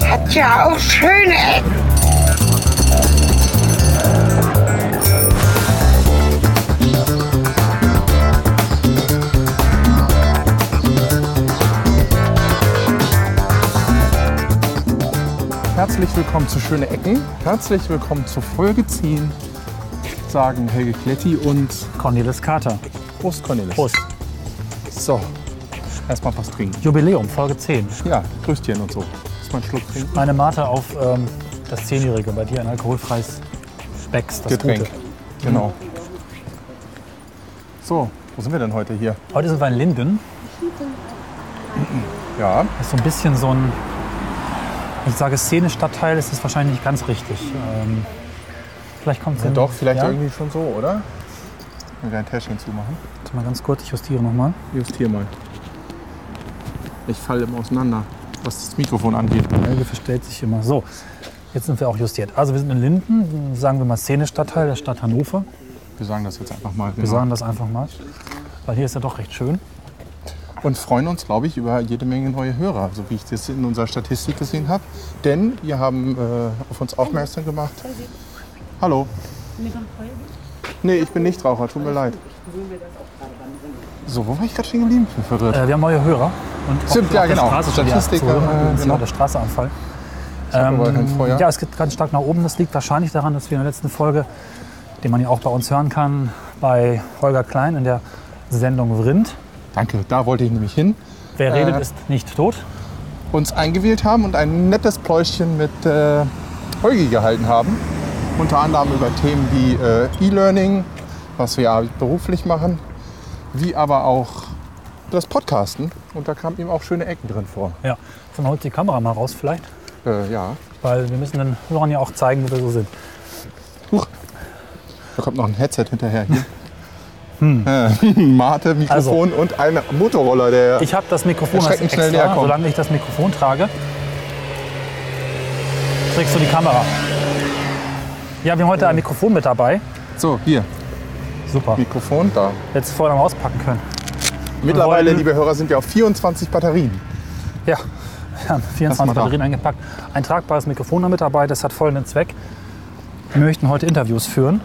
gibt ja auch schöne Ecken. Herzlich willkommen zu Schöne Ecken. Herzlich willkommen zur Folge 10, sagen Helge Kletti und Cornelis Carter. Prost Cornelis. Prost. So, erstmal was trinken. Jubiläum, Folge 10. Ja, Grüßchen und so. Erstmal einen Schluck trinken. Meine Mate auf ähm, das Zehnjährige, bei dir ein alkoholfreies Becks, das Getränk. Gute. Mhm. Genau. So, wo sind wir denn heute hier? Heute sind wir in Linden. Ja, Das ist so ein bisschen so ein, ich sage Szene-Stadtteil, ist das wahrscheinlich nicht ganz richtig. Ähm, vielleicht kommt es doch, vielleicht ja? irgendwie schon so, oder? Wenn wir ein Täschchen zumachen. Warte mal ganz kurz, ich justiere nochmal. Justier mal. Ich falle immer auseinander, was das Mikrofon angeht. Helge verstellt sich immer. So, jetzt sind wir auch justiert. Also wir sind in Linden, sagen wir mal Szene-Stadtteil der Stadt Hannover. Wir sagen das jetzt einfach mal. Wir sagen das einfach mal, weil hier ist ja doch recht schön. und freuen uns, glaube ich, über jede Menge neue Hörer, so wie ich das in unserer Statistik gesehen habe. Denn wir haben äh, auf uns aufmerksam gemacht. Hallo. Nee, ich bin nicht Raucher, tut mir leid. So, wo war ich gerade stehen geblieben? Ich bin verwirrt. Äh, wir haben neue Hörer. Und auch Stimmt, auf ja, der genau. Straße schon wieder Statistik, äh, abzuhören. Das ist genau. ja der Straßeanfall. Ähm, aber kein Feuer. ja, es geht ganz stark nach oben. Das liegt wahrscheinlich daran, dass wir in der letzten Folge, den man ja auch bei uns hören kann, bei Holger Klein in der Sendung Vrind, Danke, da wollte ich nämlich hin. Wer Äh. redet, ist nicht tot. Uns eingewählt haben und ein nettes Pläuschchen mit äh, Holgi gehalten haben. Unter anderem über Themen wie äh, E-Learning, was wir ja beruflich machen, wie aber auch das Podcasten. Und da kamen ihm auch schöne Ecken drin vor. Ja, dann holt die Kamera mal raus vielleicht, Äh, ja. weil wir müssen den Hörern ja auch zeigen, wo wir so sind. Huch. Da kommt noch ein Headset hinterher hier. Äh, Mate, Mikrofon und ein Motorroller, der. Ich habe das Mikrofon als Erschreckend schnell extra, näherkommen. solange ich das Mikrofon trage, trägst du die Kamera. Ja, wir haben heute ein Mikrofon mit dabei. so, hier, Super. Mikrofon da. Jetzt vorne auspacken können. Mittlerweile, wollten- liebe Hörer, sind wir auf 24 Batterien. Ja, wir haben Lass mal 24 da. Batterien eingepackt. Ein tragbares Mikrofon damit dabei, das hat folgenden Zweck. Wir möchten heute Interviews führen.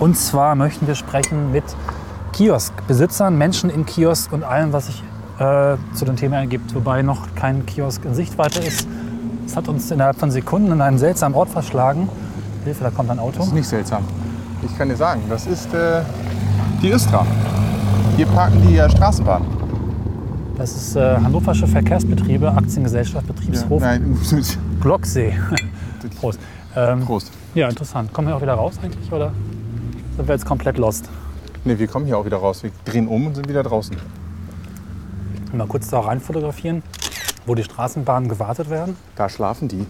Und zwar möchten wir sprechen mit Kioskbesitzern, Menschen in Kiosk und allem, was sich äh, zu den Themen ergibt. Wobei noch kein Kiosk in Sichtweite ist. Es hat uns innerhalb von Sekunden in einen seltsamen Ort verschlagen. Hilfe, da kommt ein Auto. Das ist nicht seltsam. Ich kann dir sagen, das ist äh, die Istra. Hier parken die äh, Straßenbahn. Das ist äh, Hannoversche Verkehrsbetriebe, Aktiengesellschaft, Betriebshof, Nein, Glocksee. Prost. Ähm, Prost. Ja, interessant. Kommen wir auch wieder raus eigentlich oder sind wir jetzt komplett lost? Nee, wir kommen hier auch wieder raus. Wir drehen um und sind wieder draußen. Mal kurz da rein fotografieren, wo die Straßenbahnen gewartet werden. Da schlafen die.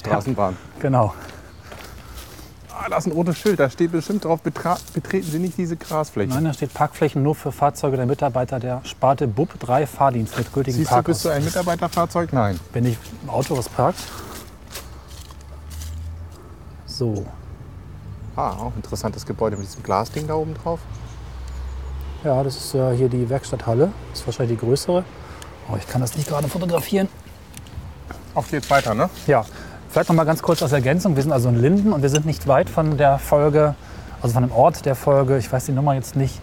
Straßenbahn. Genau. Ah, da ist ein rotes Schild. Da steht bestimmt drauf, betra betreten Sie nicht diese Grasfläche. Nein, da steht Parkflächen nur für Fahrzeuge der Mitarbeiter der Sparte BUB 3 Fahrdienst mit gültigen Siehst du, bist du Parkaus. ein Mitarbeiterfahrzeug? Nein. Wenn ich im Auto was parkt. So. Ah, auch interessantes Gebäude mit diesem Glasding da oben drauf. Ja, das ist ja hier die Werkstatthalle. Das ist wahrscheinlich die größere. Oh, ich kann das nicht gerade fotografieren. Auf geht's weiter, ne? Ja, vielleicht noch mal ganz kurz als Ergänzung. Wir sind also in Linden und wir sind nicht weit von der Folge, also von dem Ort der Folge, ich weiß die Nummer jetzt nicht,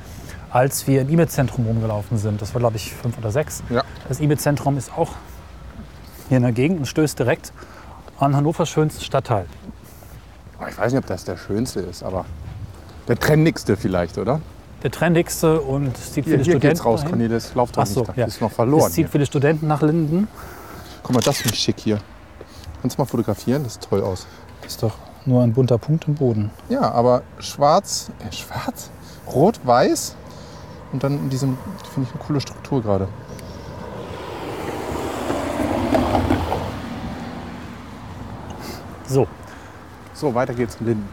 als wir im IBE-Zentrum rumgelaufen sind. Das war, glaube ich, fünf oder sechs. Ja. Das IBE-Zentrum ist auch hier in der Gegend und stößt direkt an Hannovers schönsten Stadtteil. Ah, Ich weiß nicht, ob das der schönste ist, aber der trendigste vielleicht, oder? Der trendigste und es zieht Hier, viele hier Studenten geht's raus, dahin. Cornelis. Lauf doch Ach so, nicht. Das ja. ist noch verloren. Es zieht hier. viele Studenten nach Linden. Guck mal, das finde ich schick hier. Kannst du mal fotografieren? Das sieht toll aus. Ist doch nur ein bunter Punkt im Boden. Ja, aber schwarz, äh, schwarz, rot, weiß und dann in diesem, finde ich, eine coole Struktur gerade. So, So, weiter geht's in Linden.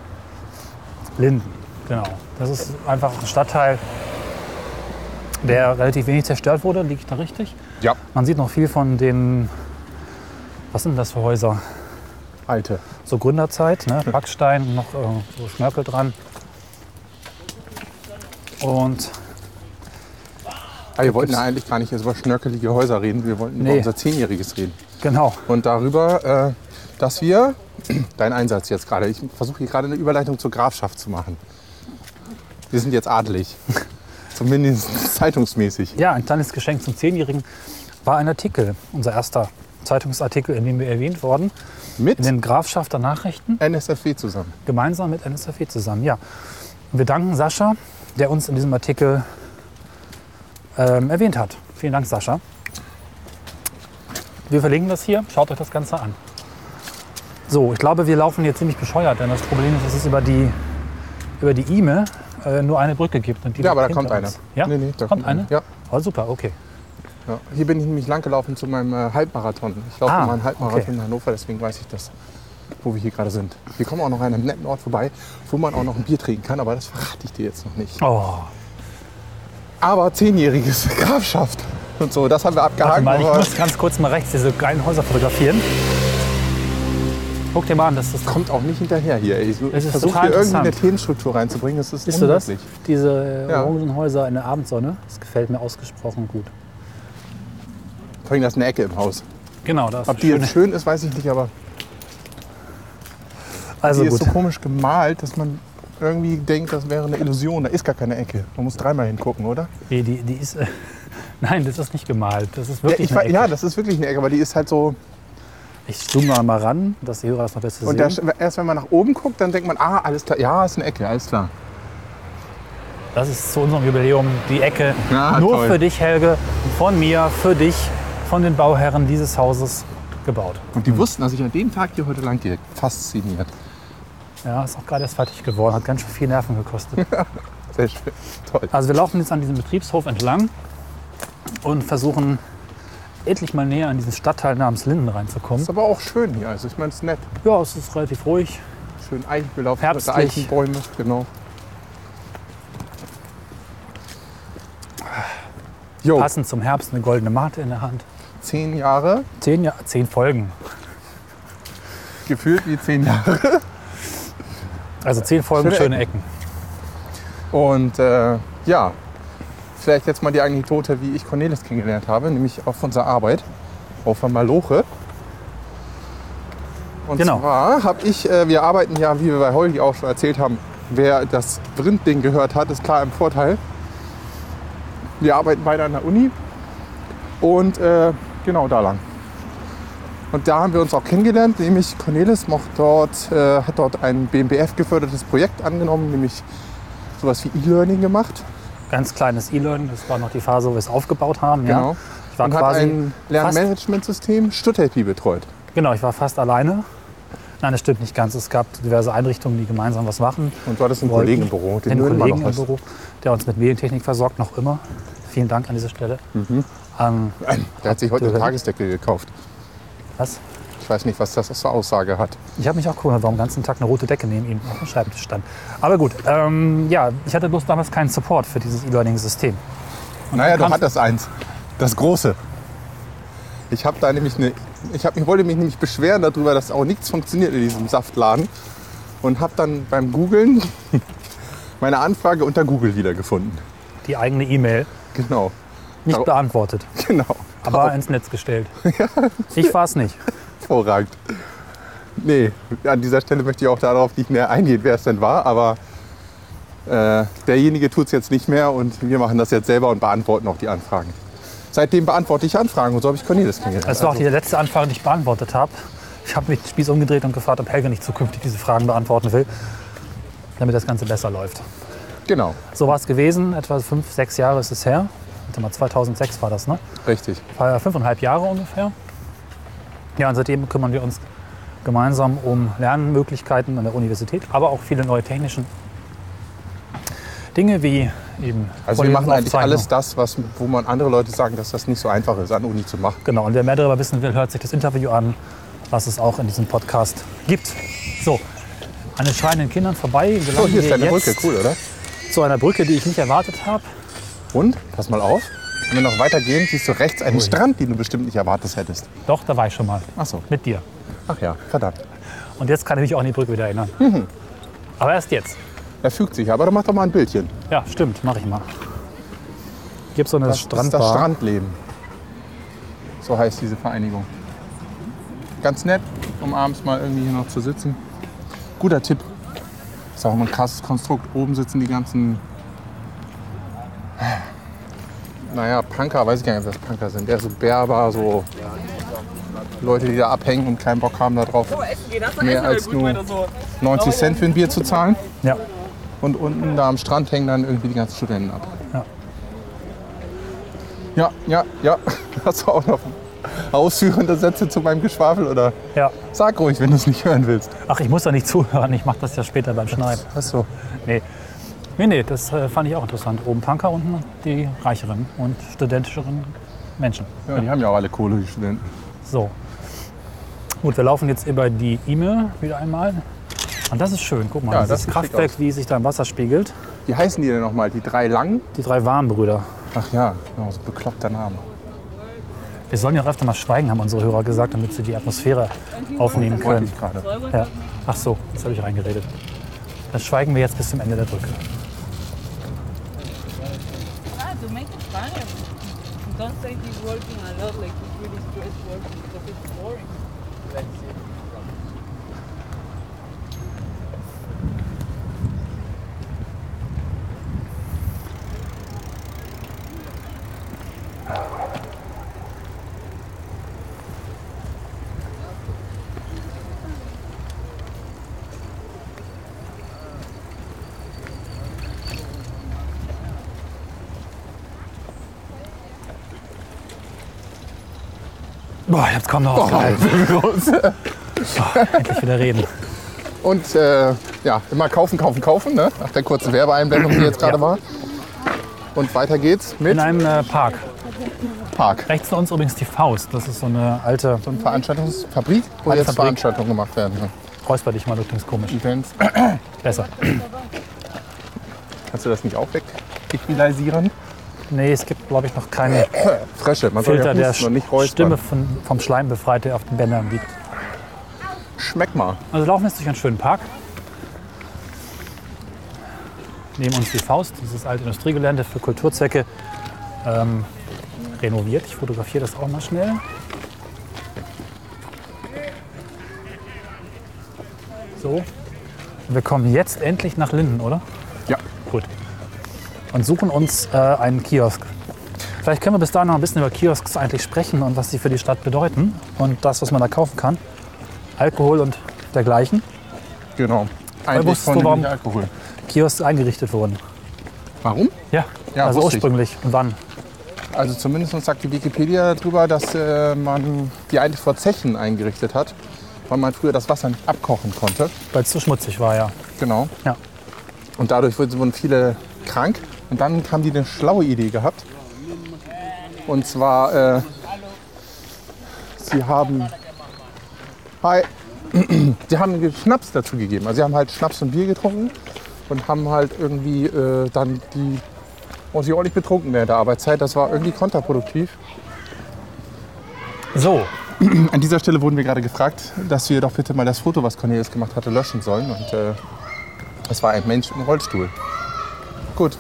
Linden, genau. Das ist einfach ein Stadtteil, der relativ wenig zerstört wurde, liege ich da richtig? Ja. Man sieht noch viel von den, was sind das für Häuser? Alte. So Gründerzeit, ne? Backstein, noch äh, so Schnörkel dran. Und Aber wir wollten eigentlich gar nicht jetzt über schnörkelige Häuser reden, wir wollten über Nee. unser Zehnjähriges reden. Genau. Und darüber, äh, dass wir, dein Einsatz jetzt gerade, ich versuche hier gerade eine Überleitung zur Grafschaft zu machen. Wir sind jetzt adelig. Zumindest zeitungsmäßig. Ja, ein kleines Geschenk zum Zehnjährigen war ein Artikel, unser erster Zeitungsartikel, in dem wir erwähnt wurden, Mit in den Grafschafter Nachrichten. NSFW zusammen. gemeinsam mit NSFW E zusammen, ja. Und wir danken Sascha, der uns in diesem Artikel ähm, erwähnt hat. Vielen Dank, Sascha. Wir verlinken das hier. Schaut euch das Ganze an. So, ich glaube, wir laufen hier ziemlich bescheuert, denn das Problem ist, dass es über die über die IME äh, nur eine Brücke gibt. Und die Ja, aber da liegt kommt hinter einer. uns. Ja? Nee, nee, da kommt eine? Ja, Oh, super, okay. ja. Hier bin ich nämlich langgelaufen zu meinem äh, Halbmarathon. Ich laufe Ah, mal einen Halbmarathon okay. in Hannover, deswegen weiß ich das, wo wir hier gerade sind. Wir kommen auch noch an einem netten Ort vorbei, wo man auch noch ein Bier trinken kann, aber das verrate ich dir jetzt noch nicht. Oh, Aber zehnjähriges Grafschaft und so, das haben wir warte abgehakt. mal, ich aber- muss ganz kurz mal rechts diese geilen Häuser fotografieren. Guck dir mal an, das ist kommt auch nicht hinterher hier. ey. Ich Es ist versuche total hier irgendeine interessant. Themenstruktur reinzubringen. Es ist Siehst du das? unmöglich. Diese Ja. orangen Häuser in der Abendsonne. Das gefällt mir ausgesprochen gut. Vor allem, das ist eine Ecke im Haus. Genau, das Ob die jetzt schön ist, weiß ich nicht, aber Also die gut. ist so komisch gemalt, dass man irgendwie denkt, das wäre eine Illusion. Da ist gar keine Ecke. Man muss dreimal hingucken, oder? Nee, die, die ist. Äh, nein, das ist nicht gemalt. Das ist Ja, ich, wirklich. eine wa- Ecke. ja, das ist wirklich eine Ecke, aber die ist halt so. ich zoome mal, mal ran, dass die Hörer das noch besser Und sehen. da- erst wenn man nach oben guckt, dann denkt man, ah, alles klar. Ja, ist eine Ecke, alles klar. Das ist zu unserem Jubiläum die Ecke. Na, nur toll. für dich, Helge. Von mir, für dich, von den Bauherren dieses Hauses gebaut. Und die wussten, dass ich an dem Tag hier heute lang gehe. Fasziniert. Ja, ist auch gerade erst fertig geworden. Hat ganz schön viel Nerven gekostet. Sehr schön. Toll. Also wir laufen jetzt an diesem Betriebshof entlang und versuchen endlich mal näher an diesen Stadtteil namens Linden reinzukommen. Ist aber auch schön hier. Also ich meine, es ist nett. Ja, es ist relativ ruhig. Schön Eichenbelauf, Herbstlich. Eichenbäume, genau. Jo, Oh. Passend zum Herbst eine goldene Mate in der Hand. zehn Jahre, Zehn, ja zehn Folgen. gefühlt wie zehn Jahre. Also zehn Folgen, Schöne schöne Ecken. Und äh, ja, vielleicht jetzt mal die Anekdote, wie ich Cornelis kennengelernt habe, nämlich auf unserer Arbeit, auf der Maloche. Und Genau. zwar habe ich, äh, wir arbeiten ja, wie wir bei Holgi auch schon erzählt haben, wer das Brint-Ding gehört hat, ist klar im Vorteil. Wir arbeiten beide an der Uni und äh, genau da lang. Und da haben wir uns auch kennengelernt, nämlich Cornelis macht dort, äh, hat dort ein BMBF gefördertes Projekt angenommen, nämlich sowas wie E-Learning gemacht. Ganz kleines E-Learning, das war noch die Phase, wo wir es aufgebaut haben. Genau. Ja. Ich war und hat quasi ein Lernmanagementsystem Stutthelpie betreut. fast, genau, ich war fast alleine. Nein, das stimmt nicht ganz. Es gab diverse Einrichtungen, die gemeinsam was machen. Und du hattest einen wollten. Kollegen im Büro, den einen du immer Kollegen noch im hast. Büro, der uns mit Medientechnik versorgt, noch immer. Vielen Dank an dieser Stelle. Mhm. Ähm, Der hat sich heute eine Habt ihr- Tagesdecke gekauft. was? Ich weiß nicht, was das zur Aussage hat. Ich habe mich auch gewundert, warum den ganzen Tag eine rote Decke neben ihm auf dem Schreibtisch stand. Aber gut, ähm, ja, ich hatte bloß damals keinen Support für dieses E-Learning-System. naja, du kannst- hattest eins. Das große. Ich habe da nämlich eine. Ich hab, ich wollte mich nämlich beschweren darüber, dass auch nichts funktioniert in diesem Saftladen. Und habe dann beim Googlen meine Anfrage unter Google wiedergefunden. Die eigene E-Mail Genau. nicht Aber- beantwortet, Genau. aber ins Netz gestellt. Ich war es nicht. Hervorragend. Nee, an dieser Stelle möchte ich auch darauf nicht mehr eingehen, wer es denn war, aber äh, derjenige tut es jetzt nicht mehr und wir machen das jetzt selber und beantworten auch die Anfragen. Seitdem beantworte ich Anfragen und so habe ich Cornelis kennengelernt. Das war auch Also, die letzte Anfrage, die ich beantwortet habe. Ich habe mich den Spieß umgedreht und gefragt, ob Helge nicht zukünftig diese Fragen beantworten will, damit das Ganze besser läuft. genau, So war es gewesen, etwa fünf, sechs Jahre ist es her. Warte mal, 2006 war das, ne? richtig. War fünfeinhalb Jahre ungefähr. Ja, und seitdem kümmern wir uns gemeinsam um Lernmöglichkeiten an der Universität, aber auch viele neue technischen Dinge wie eben. Also wir machen eigentlich Vorlesungsaufzeichnung. alles das, was, wo man andere Leute sagen, dass das nicht so einfach ist, an Uni zu machen. Genau, und wer mehr darüber wissen will, hört sich das Interview an, was es auch in diesem Podcast gibt. So, an den schreienden Kindern vorbei. Wir So, hier ist hier deine jetzt Brücke, cool, oder? zu einer Brücke, die ich nicht erwartet habe. Und, pass mal auf, wenn wir noch weitergehen, siehst du rechts einen Strand, den du bestimmt nicht erwartet hättest. Doch, da war ich schon mal. Ach so. Mit dir. Ach ja, verdammt. Und jetzt kann ich mich auch an die Brücke wieder erinnern. Mhm. Aber erst jetzt. Er fügt sich, aber dann mach doch mal ein Bildchen. Ja, stimmt, mache ich mal. gibt so eine Das ist Strandbar. das Strandleben. So heißt diese Vereinigung. Ganz nett, um abends mal irgendwie hier noch zu sitzen. Guter Tipp. Ist auch immer ein krasses Konstrukt. Oben sitzen die ganzen. Naja, Punker, weiß ich gar nicht, was Punker sind. Eher so Berber, so Leute, die da abhängen und keinen Bock haben darauf, mehr als nur 90 Cent für ein Bier zu zahlen. ja. Und unten da am Strand hängen dann irgendwie die ganzen Studenten ab. Ja. Ja, ja, ja. Hast du auch noch ausführende Sätze zu meinem Geschwafel oder ja. sag ruhig, wenn du es nicht hören willst. Ach, ich muss da nicht zuhören. Ich mache das ja später beim Schneiden. Hast du? Nee. Nee, nee, das äh, fand ich auch interessant. Oben Punker, unten die reicheren und studentischeren Menschen. Ja, die haben ja auch alle Kohle, die Studenten. So. Gut, wir laufen jetzt über die Ime wieder einmal. Und das ist schön. Guck mal, Ja, das dieses sieht schick Kraftwerk, wie sich da im Wasser spiegelt. Wie heißen die denn nochmal? Die drei langen? Die drei Warmbrüder. Ach ja, genau, so bekloppter Name. Wir sollen ja auch öfter mal schweigen, haben unsere Hörer gesagt, damit sie die Atmosphäre aufnehmen Wollte können. ich gerade. Ja. Ach so, jetzt habe ich reingeredet. Dann schweigen wir jetzt bis zum Ende der Brücke. Ah, to make it fun. Don't say he's working a lot, like he's really stressed working because it's boring. Boah, ich hab's kaum noch ausgehalten. Endlich wieder reden. Und äh, ja, immer kaufen, kaufen, kaufen, ne? Nach der kurzen Werbeeinblendung, die jetzt gerade Ja. war. Und weiter geht's mit In einem äh, Park. Park. Rechts von uns übrigens die Faust. Das ist so eine alte. So eine Veranstaltungsfabrik, wo Eine jetzt Fabrik. Veranstaltungen gemacht werden. ne? Räusper dich mal, du klingst komisch. Events. Besser. Kannst du das nicht auch weg equalisieren? Nee, es gibt, glaube ich, noch keinen Frösche, man soll ja Filter, der husten und nicht räuspern. Stimme von, vom Schleim befreit, der auf den Bändern liegt. Schmeck mal. Also laufen jetzt durch einen schönen Park. Neben uns die Faust, dieses alte Industriegelände für Kulturzwecke ähm, renoviert. Ich fotografiere das auch mal schnell. So. Wir kommen jetzt endlich nach Linden, oder? Ja. Gut. Und suchen uns äh, einen Kiosk. Vielleicht können wir bis dahin noch ein bisschen über Kiosks eigentlich sprechen und was sie für die Stadt bedeuten und das, was man da kaufen kann. Alkohol und dergleichen. Genau. Eigentlich wusstest von du, warum- Alkohol. Kiosks eingerichtet wurden. Warum? Ja, Ja, also wusste ich. ursprünglich. Und wann? Also zumindest sagt die Wikipedia darüber, dass äh, man die eigentlich vor Zechen eingerichtet hat, weil man früher das Wasser nicht abkochen konnte. Weil es zu schmutzig war, ja. Genau. Ja. Und dadurch wurden wurden viele krank. Und dann haben die eine schlaue Idee gehabt. Und zwar, äh, sie haben. Hi. Sie haben ge- Schnaps dazu gegeben. Also sie haben halt Schnaps und Bier getrunken und haben halt irgendwie äh, dann die und sie ordentlich betrunken während der Arbeitszeit. Das war irgendwie kontraproduktiv. So, An dieser Stelle wurden wir gerade gefragt, dass wir doch bitte mal das Foto, was Cornelius gemacht hatte, löschen sollen. Und äh, es war ein Mensch im Rollstuhl. Gut.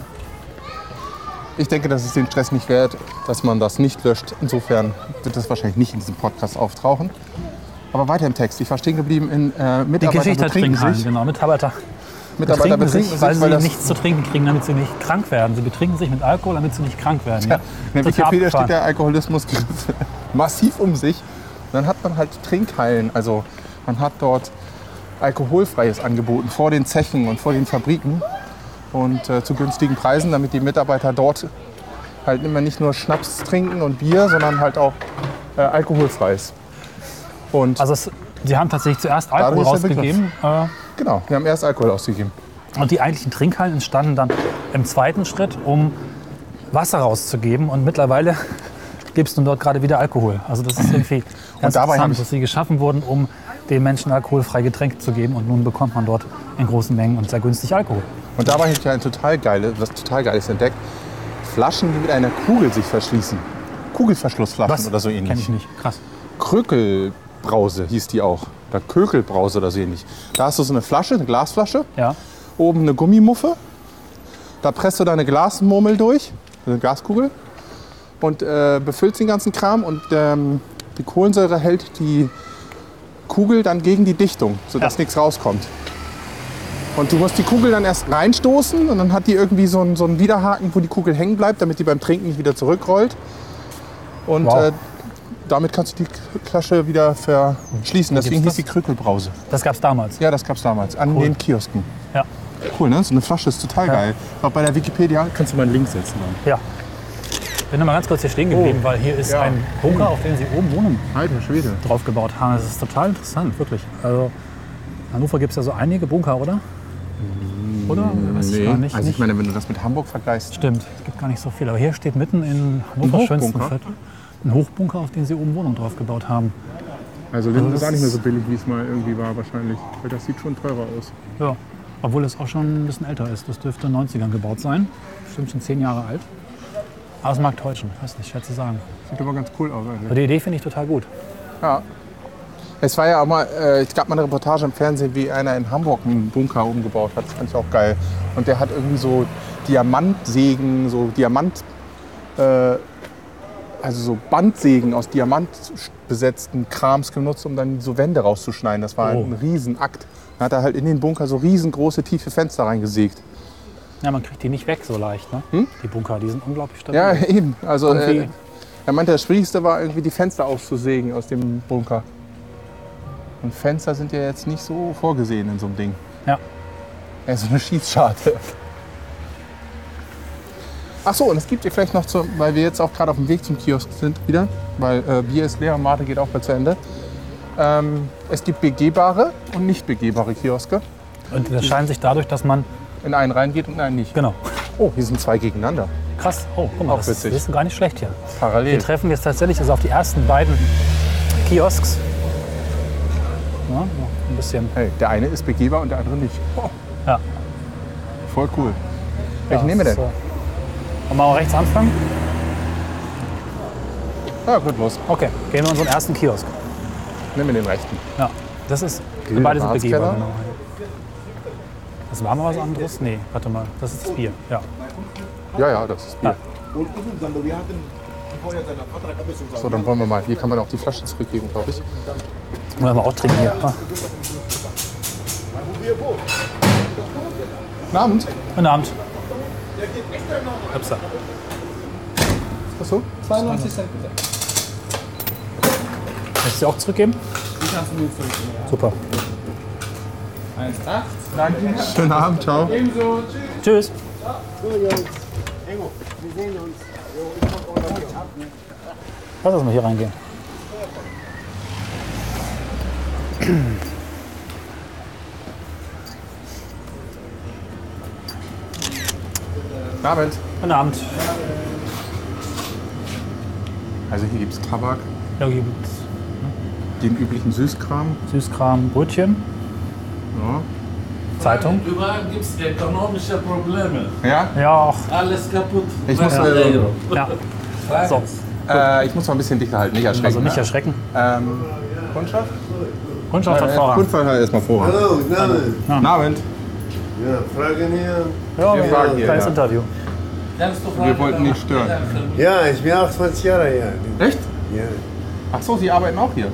Ich denke, das ist den Stress nicht wert, dass man das nicht löscht. Insofern wird das wahrscheinlich nicht in diesem Podcast auftauchen. Aber weiter im Text. Ich war stehen geblieben in äh, die Mitarbeiter Geschichte hat betrinken Trinkhallen, sich. genau. Mitarbeiter Mitarbeiter betrinken sich, betrinken sich, weil sie das nichts zu trinken kriegen, damit sie nicht krank werden. Sie betrinken sich mit Alkohol, damit sie nicht krank werden. Ja, In der Total Wikipedia abgefahren. steht der Alkoholismus massiv um sich. Und dann hat man halt Trinkhallen. Also man hat dort alkoholfreies angeboten vor den Zechen und vor den Fabriken und äh, zu günstigen Preisen, damit die Mitarbeiter dort halt immer nicht nur Schnaps trinken und Bier, sondern halt auch äh, alkoholfreies. Und Also es, sie haben tatsächlich zuerst Alkohol Dadurch ist der rausgegeben. Äh, genau, wir haben erst Alkohol ausgegeben. Und die eigentlichen Trinkhallen entstanden dann im zweiten Schritt, um Wasser rauszugeben. Und mittlerweile gibt es nun dort gerade wieder Alkohol. Also das ist irgendwie ganz dabei habe ich- interessant, dass sie geschaffen wurden, um den Menschen alkoholfrei Getränke zu geben. Und nun bekommt man dort in großen Mengen und sehr günstig Alkohol. Und dabei habe ich ja ein total geiles, was total geiles entdeckt. Flaschen, die mit einer Kugel sich verschließen. Kugelverschlussflaschen oder so ähnlich. Kenn ich nicht. Krass. Krökelbrause hieß die auch. Oder Kökelbrause oder so ähnlich. Da hast du so eine Flasche, eine Glasflasche, Ja. oben eine Gummimuffe. Da presst du deine Glasmurmel durch, eine Glaskugel. und äh, befüllst den ganzen Kram und ähm, die Kohlensäure hält die Kugel dann gegen die Dichtung, sodass Ja. nichts rauskommt. Und du musst die Kugel dann erst reinstoßen und dann hat die irgendwie so einen, so einen Widerhaken, wo die Kugel hängen bleibt, damit die beim Trinken nicht wieder zurückrollt. Und Wow. äh, damit kannst du die Flasche wieder verschließen. Deswegen hieß gibt's die Krükelbrause. Das gab es damals. Ja, das gab's damals an Cool. den Kiosken. Ja. Cool, ne? So eine Flasche ist total Ja. geil. Auch bei der Wikipedia kannst du mal einen Link setzen. ja. Bin noch mal ganz kurz hier stehen geblieben, weil hier ist Oh. Ja. ein Bunker, auf den sie oben wohnen, Alter Schwede. draufgebaut haben. Das ist total interessant, wirklich. Also, in Hannover gibt es ja so einige Bunker, oder? Oder? Weiß ich gar nicht. Mm, Also ich Nicht. meine, wenn du das mit Hamburg vergleichst. Stimmt, es gibt gar nicht so viel. Aber hier steht mitten in Ein Hannover Hochbunker? Schönstenviertel ein Hochbunker, auf den sie oben Wohnungen draufgebaut haben. Also Linden ist auch nicht mehr so billig, wie es mal irgendwie war wahrscheinlich. Weil das sieht schon teurer aus. Ja, obwohl es auch schon ein bisschen älter ist. Das dürfte in den 90ern gebaut sein. Bestimmt schon zehn Jahre alt. Aber es mag täuschen, weiß nicht, schwer zu sagen. Sieht aber ganz cool aus Aber die Idee finde ich total gut. Ja. Es war ja auch mal, äh, es gab mal eine Reportage im Fernsehen, wie einer in Hamburg einen Bunker umgebaut hat. Das fand ich auch geil. Und der hat irgendwie so Diamantsägen, so Diamant, äh, also so Bandsägen aus Diamant besetzten Krams genutzt, um dann so Wände rauszuschneiden. Das war Oh. ein Riesenakt. Dann hat er halt in den Bunker so riesengroße, tiefe Fenster reingesägt. Ja, man kriegt die nicht weg so leicht, ne? Die Bunker, die sind unglaublich stabil. Hm? Ja, eben. Also Und wie- äh, er meinte, das Schwierigste war irgendwie die Fenster aufzusägen aus dem Bunker. Und Fenster sind ja jetzt nicht so vorgesehen in so einem Ding. Ja. Ja, so eine Schießscharte. Ach so, und es gibt hier vielleicht noch, zu, weil wir jetzt auch gerade auf dem Weg zum Kiosk sind wieder, weil äh, Bier ist leer und Mate geht auch bald zu Ende. Ähm, es gibt begehbare und nicht begehbare Kioske. Und das scheint sich dadurch, dass man. In einen reingeht und in einen nicht. Genau. Oh, hier sind zwei gegeneinander. Krass. Oh, guck mal, Auch das witzig. ist gar nicht schlecht hier. Wir Parallel. treffen jetzt tatsächlich also auf die ersten beiden Kiosks. Ja, noch ein bisschen. Hey, der eine ist begehbar und der andere nicht. Oh. Ja. Voll cool. Welchen Ja, nehmen wir das denn? ist, äh, Wollen wir mal rechts anfangen? Ja, gut, los. Okay, gehen wir in unseren ersten Kiosk. Nehmen wir den rechten. Ja, das ist. Grill- beide sind Warzkeller? begehbar, genau. Das war mal was anderes? Nee, warte mal, das ist das Bier. Ja. Ja, ja, das ist Bier. So, dann wollen wir mal. Hier kann man auch die Flasche zurückgeben, glaube ich. Wollen wir auch trinken hier. Ah, Guten Abend. guten Abend. Upsa. Achso. 92 Cent gesagt. Möchtest du sie auch zurückgeben? Ich habe 05. Super. 1, 8. Schönen Abend, ciao. Ebenso. Tschüss. Tschüss. Lass uns mal hier reingehen. Guten Abend. Guten Abend. Also hier gibt es Tabak, Hier gibt es den üblichen Süßkram. Süßkram, Brötchen, Ja. Zeitung. Überall gibt es ökonomische Probleme. Ja, Ja, auch. Alles kaputt. Ich muss, Ein äh, Euro. Ja. So, äh, ich muss mal ein bisschen dichter halten, nicht erschrecken. ne? also nicht erschrecken. Ähm, Kundschaft? Kundschaft hat Äh, Vorrang. Kundschaft hat erstmal Vorrang. Hallo, Gnade. Guten Abend. Ja, Fragen hier. Ja, wir fragen hier, kleines ja. Interview. Kannst du Wir fragen, wollten nicht warum- stören. Ja, ich bin 28 Jahre alt. Echt? Ja. Ach so, Sie arbeiten auch hier.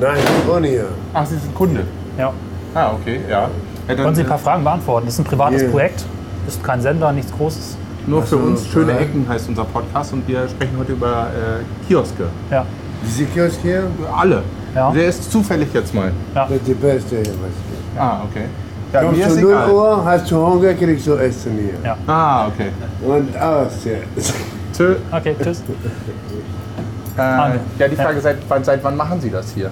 Nein, ich wohne hier. Ach, Sie sind Kunde. Ja. Ah, okay, ja. ja dann, äh, Wollen Sie ein paar Fragen beantworten? Das ist ein privates Ja. Projekt. Ist kein Sender, nichts Großes. Nur für uns schöne ja. Ecken heißt unser Podcast und wir sprechen heute über äh, Kioske. Ja. Diese Kiosk hier, Alle. Ja. Der ist zufällig jetzt mal. das ist die beste hier. Was hier. Ah, okay. Ja, mir Kommst ist du 0 egal. Uhr, hast du Hunger, kriegst du Essen hier. Ja. Ah, okay. Und aus hier. Tö, Okay, tschüss. äh, ja, die Frage, seit, wann, seit wann machen Sie das hier?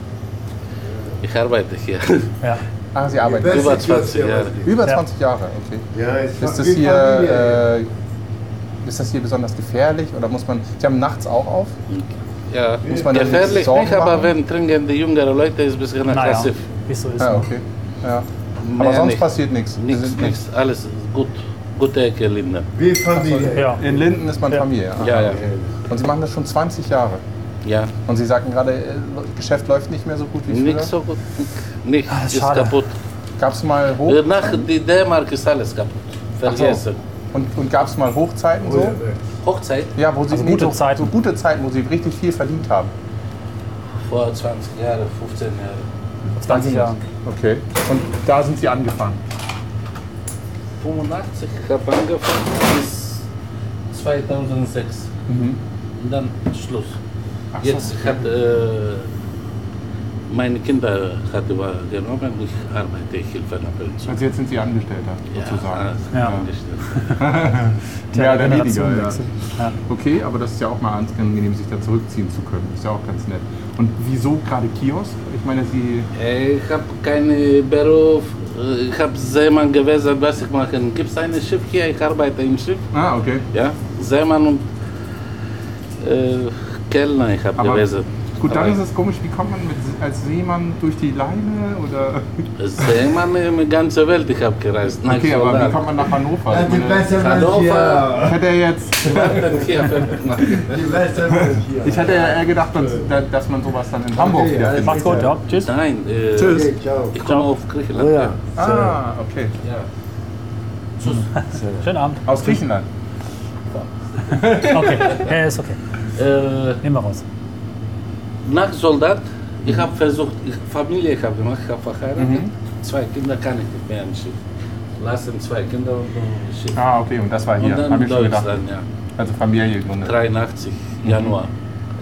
Ich arbeite hier. Ja. Ah, Sie arbeiten Beste Über Kiosk 20 hier, was Jahre. hier. über Ja. 20 Jahre, okay. Ja, ich Ist das wie hier, Familie. äh, ist das hier besonders gefährlich oder muss man, Sie haben nachts auch auf? Ja. Muss man dann nicht Gefährlich Sorgen nicht, aber machen? wenn trinken die jüngere Leute, ist ein bisschen Naja, aggressiv. wie es so ist. Ja, ne? okay. Ja. Aber Mehr sonst nicht. passiert nichts. Wir Nichts, sind- nichts. Alles gut. Gute Ecke, Linda. Wie Familie. Ja. In Linden ist man Familie. Aha, Ja, ja. okay. Und Sie machen das schon 20 Jahre. Ja. Und Sie sagten gerade, äh, Geschäft läuft nicht mehr so gut wie früher. Nicht so gut. Nicht. Ah, ist schade. kaputt. Gab es mal hoch? Nach die D-Mark ist alles kaputt. Ach so. Vergessen. Und, und gab es mal Hochzeiten so? Hochzeit Ja, wo sie Also gute so, Zeiten. so Oh gute Zeiten, wo sie richtig viel verdient haben. vor 20 Jahren, 15 Jahren, 20 Jahre. Okay. Und da sind sie angefangen. 85 habe angefangen bis 2006. Und dann Mhm. Schluss. Ach so, Jetzt hat äh, meine Kinder hat übergenommen, ich arbeite, ich helfe nach Belzum. Also jetzt sind sie Angestellter, sozusagen. Ja. Mehr oder weniger, ja. Generationenwechsel. Okay, aber das ist ja auch mal ganz angenehm, sich da zurückziehen zu können. Ist ja auch ganz nett. Und wieso gerade Kiosk? Ich meine, sie. Äh, Ich habe keinen Beruf, äh, ich habe Seemann gewesen, was ich machen. Gibt es ein Schiff hier? Ich arbeite im Schiff. Ah, okay. Ja, Seemann und äh, Kellner, ich habe Aber- gewesen. Gut, dann Aber ist es komisch, wie kommt man mit, als Seemann durch die Leine oder. Seemann in der ganzen Welt, ich habe gereist. Nach Okay, aber wie Soldat. kommt man nach Hannover? Ich Die meine, beste Mensch hier. ich hätte ja jetzt. Warten hier, warten. Die beste Mensch hier. Ich hätte ja eher gedacht, dass, dass man sowas dann in Hamburg Okay, wieder alles findet. Macht's gut, ja. Tschüss. Nein, äh, Okay, ciao. ich komme auf Griechenland. Oh ja. Ah, okay. Schönen Abend. Aus Griechenland. Okay, ja, ist okay. Äh, Nehmen wir raus. nach Soldat, ich habe versucht, ich, Familie ich habe gemacht, ich habe verheiratet. Mhm. Zwei Kinder kann ich nicht mehr im Schiff. Lassen zwei Kinder und ein Schiff. Ah, okay, und das war und hier. dann Hab ich schon gedacht. Mhm. Deutschland, ja. Also Familie gegründet. 83, Januar,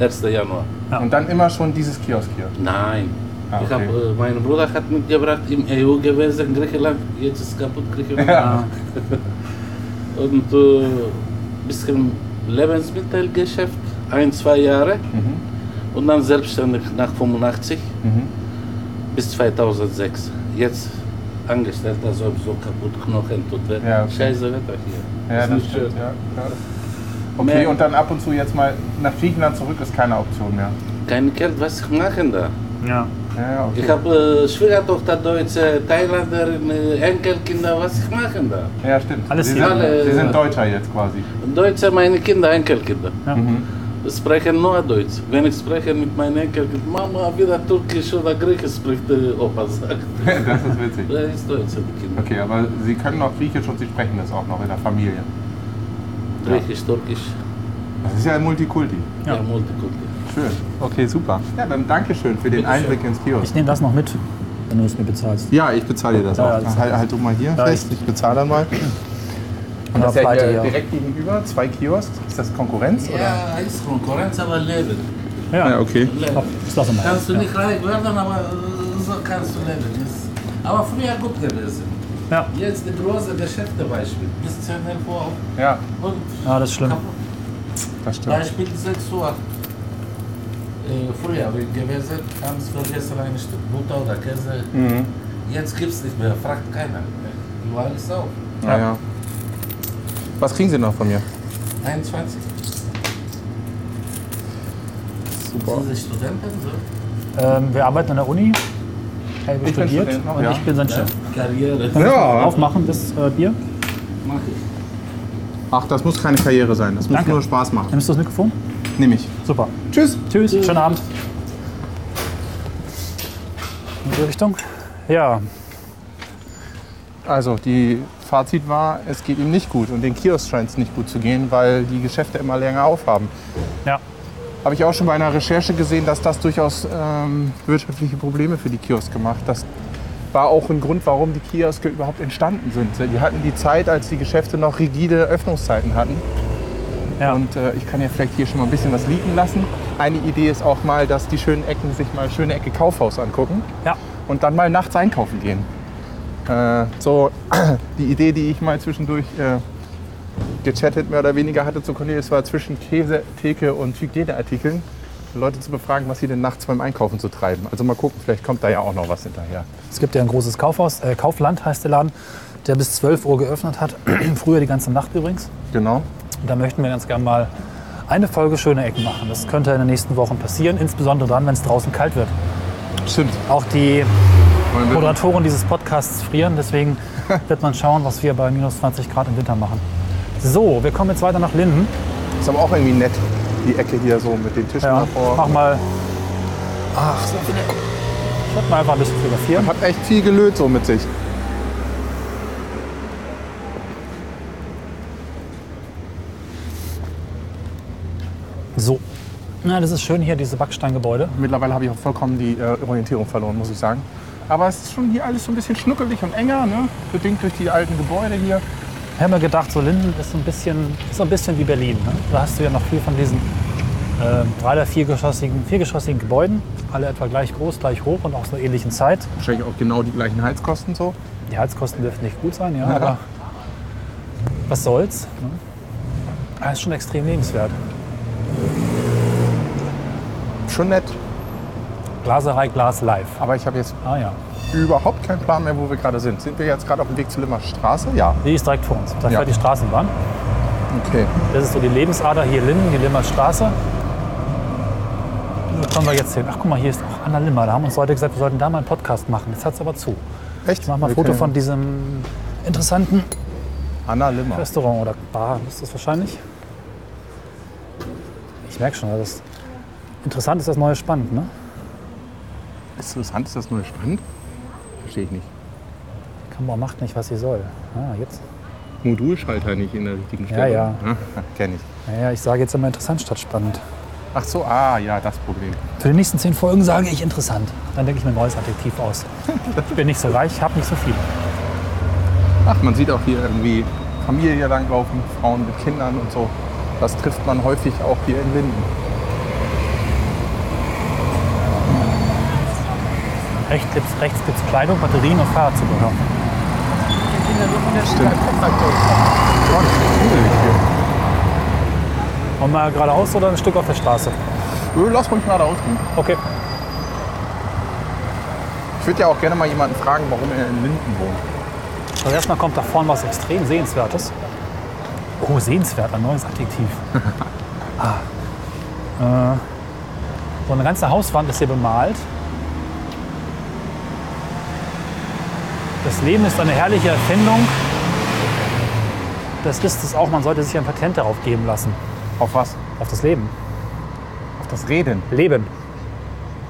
1. Januar. Ja. Und dann immer schon dieses Kiosk hier. Nein. Ah, Ich okay. hab, äh, mein Bruder hat mitgebracht, im EU gewesen, Griechenland, jetzt ist kaputt Griechenland. Ja. Und äh, bisschen Lebensmittelgeschäft, ein, zwei Jahre. Mhm. Und dann selbstständig nach 85 bis 2006. Jetzt Angestellter sowieso kaputt, Knochen tut weh. Ja, okay. Scheiße Wetter hier. Ja, das nicht stimmt. schön. Ja, klar. Okay, Mehr- und dann ab und zu jetzt mal nach Griechenland zurück ist keine Option mehr. Kein Geld, was ich machen da? Ja. Ja, okay. Ich habe äh, Schwiegertochter, Deutsche, Thailänderin, äh, Enkelkinder, was ich machen da? Ja, äh, stimmt. Alles Sie hier. sind, Alle- Sie sind Deutscher jetzt quasi. Deutsche, meine Kinder, Enkelkinder. Ja. Sprechen nur Deutsch. Wenn ich spreche mit meinen Enkelkindern, Mama wieder Türkisch oder Griechisch spricht, äh, Opa sagt. das ist witzig. Das ist Deutsch, die Kinder. Okay, aber Sie können noch Griechisch und Sie sprechen das auch noch in der Familie. Griechisch, Türkisch, Das ist ja Multikulti. ja. Ja. Multikulti. Schön. Okay, super. Ja, dann Dankeschön für den Einblick ins Kiosk. Ich nehme das noch mit, wenn du es mir bezahlst. Ja, ich bezahle dir das Ja, auch. alles halt, halt du mal hier Ja, fest, ich bezahle dann mal. Und das ist ja Pleite hier hier. direkt gegenüber, zwei Kiosks. Ist das Konkurrenz? Oder? Ja, ist Konkurrenz, aber leben. Ja, okay. leben. Komm, das lassen wir Kannst du mal. nicht reich werden, aber äh, so kannst du leben. Ist, aber früher gut gewesen. Ja. Jetzt die große Geschäfte Beispiel. Bis 10 Uhr auf Ja, und Ja, das ist schlimm. kaputt. das stimmt. Beispiel 6 Uhr. Äh, früher wir gewesen, haben sie vergessen ein Stück Butter oder Käse. Mhm. Jetzt gibt es nicht mehr, fragt keiner. Überall ist auf. Ja. Ja. Was kriegen Sie noch von mir? 21. Super. Diese Studenten so. Ähm, wir arbeiten an der Uni. Helge Ich bin studiert Student noch, und ja. ich bin sein Chef. Karriere. Ja. Aufmachen, das äh, Bier. Mach ich. Ach, das muss keine Karriere sein. Das muss Danke. nur Spaß machen. Nimmst du das Mikrofon? Nehme ich. Super. Tschüss. Tschüss, schönen Abend. In die Richtung? Ja, Also, die Fazit war, es geht ihm nicht gut. Und den Kiosk scheint es nicht gut zu gehen, weil die Geschäfte immer länger aufhaben. ja. Habe ich auch schon bei einer Recherche gesehen, dass das durchaus ähm, wirtschaftliche Probleme für die Kioske macht. Das war auch ein Grund, warum die Kioske überhaupt entstanden sind. Die hatten die Zeit, als die Geschäfte noch rigide Öffnungszeiten hatten. Ja. Und äh, ich kann ja vielleicht hier schon mal ein bisschen was liegen lassen. Eine Idee ist auch mal, dass die schönen Ecken sich mal schöne Ecke Kaufhaus angucken ja. und dann mal nachts einkaufen gehen. Äh, so die Idee, die ich mal zwischendurch äh, gechattet mehr oder weniger hatte zu Cornelius, war zwischen Käsetheke und Hygieneartikeln Leute zu befragen, was sie denn nachts beim Einkaufen zu treiben. Also mal gucken, vielleicht kommt da ja auch noch was hinterher. Es gibt ja ein großes Kaufhaus, äh, Kaufland heißt der Laden, der bis 12 Uhr geöffnet hat. Früher die ganze Nacht übrigens. Genau. Und da möchten wir ganz gerne mal eine Folge schöne Ecken machen. Das könnte in den nächsten Wochen passieren, insbesondere dann, wenn es draußen kalt wird. Stimmt. Auch die Wollen wir- Moderatoren dieses Podcasts frieren, deswegen wird man schauen, was wir bei minus 20 Grad im Winter machen. So, wir kommen jetzt weiter nach Linden. Ist aber auch irgendwie nett, die Ecke hier so mit den Tischen Ja, mach davor. mal. Ach, so viele. Ich würde mal einfach ein bisschen fotografieren. Hat echt viel gelöt so mit sich. So. Na, das ist schön hier, diese Backsteingebäude. Mittlerweile habe ich auch vollkommen die äh, Orientierung verloren, muss ich sagen. Aber es ist schon hier alles so ein bisschen schnuckelig und enger, ne? bedingt durch die alten Gebäude hier. Ich habe mir gedacht, so Linden ist so ein bisschen, ist so ein bisschen wie Berlin. Ne? Da hast du ja noch viel von diesen äh, drei- oder viergeschossigen, viergeschossigen Gebäuden, alle etwa gleich groß, gleich hoch und auch so ähnlichen Zeit. Wahrscheinlich auch genau die gleichen Heizkosten so. Die Heizkosten dürfen nicht gut sein, ja, aber was soll's. Ne? Das ist schon extrem lebenswert. Schon nett. Glaserei, Glas live. Aber ich habe jetzt Ah ja, überhaupt keinen Plan mehr, wo wir gerade sind. Sind wir jetzt gerade auf dem Weg zur Limmer Straße? Ja. die ist direkt vor uns. Da Ja. fährt die Straßenbahn. Okay. Das ist so die Lebensader hier Linden, die Limmer Straße. Wo kommen wir jetzt hin? Ach guck mal, hier ist auch Anna Limmer. Da haben uns Leute gesagt, wir sollten da mal einen Podcast machen. Jetzt hat's aber zu. Echt? Ich mach mal ein Wir Foto können- von diesem interessanten Anna Limmer. Restaurant oder Bar. Ist das wahrscheinlich? Ich merke schon, das interessant ist das neue spannend, ne? Ist interessant, ist das nur spannend? Verstehe ich nicht. Kamera macht nicht, was sie soll. Ah, jetzt. Modulschalter nicht in der richtigen Ja, Stelle. ja. Kenne ich. Naja, ich sage jetzt immer interessant statt spannend. Ach so, ah ja, das Problem. Für die nächsten zehn Folgen sage ich interessant. Dann denke ich mir ein neues Adjektiv aus. Ich bin nicht so reich, habe nicht so viel. Ach, man sieht auch hier irgendwie Familie langlaufen, Frauen mit Kindern und so. Das trifft man häufig auch hier in Linden. Rechts gibt's, rechts gibt's Kleidung, Batterien und Fahrradzubehör. Stimmt. Gott, hier. Wollen wir geradeaus oder ein Stück auf der Straße? Ö, Lass ruhig mal da rausgehen. Okay. Ich würde ja auch gerne mal jemanden fragen, warum er in Linden wohnt. Also erstmal kommt da vorne was extrem Sehenswertes. Oh, sehenswert, ein neues Adjektiv. ah, äh, so eine ganze Hauswand ist hier bemalt. Das Leben ist eine herrliche Erfindung. Das ist es auch, man sollte sich ein Patent darauf geben lassen. Auf was? Auf das Leben. Auf das Reden. Leben.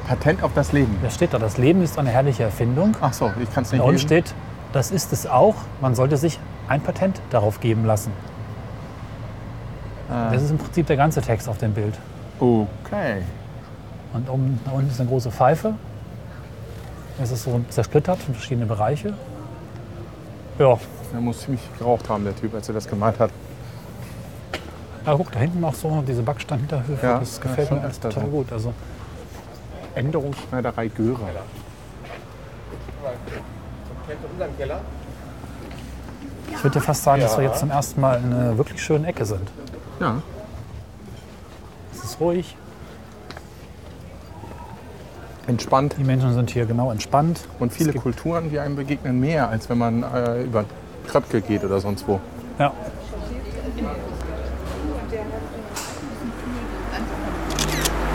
Patent auf das Leben. Das steht da. Das Leben ist eine herrliche Erfindung. Ach so, ich kann es nicht Da unten lesen. steht, das ist es auch, man sollte sich ein Patent darauf geben lassen. Ah. Das ist im Prinzip der ganze Text auf dem Bild. Okay. Und um, da unten ist eine große Pfeife. Es ist so zersplittert in verschiedene Bereiche. Ja, Er muss ziemlich geraucht haben, der Typ, als er das gemalt hat. da guck, da hinten auch so diese Backsteinhinterhöfe. Ja, das ja, gefällt schon mir öfter total so. gut. Also, Änderungsschneiderei Oh, Görer. ich würde dir fast sagen, dass wir jetzt zum ersten Mal in einer wirklich schönen Ecke sind. Ja. Es ist ruhig, Entspannt. die Menschen sind hier genau entspannt. Und Es viele gibt- Kulturen, die einem begegnen, mehr, als wenn man äh, über Kröpke geht oder sonst wo. Ja.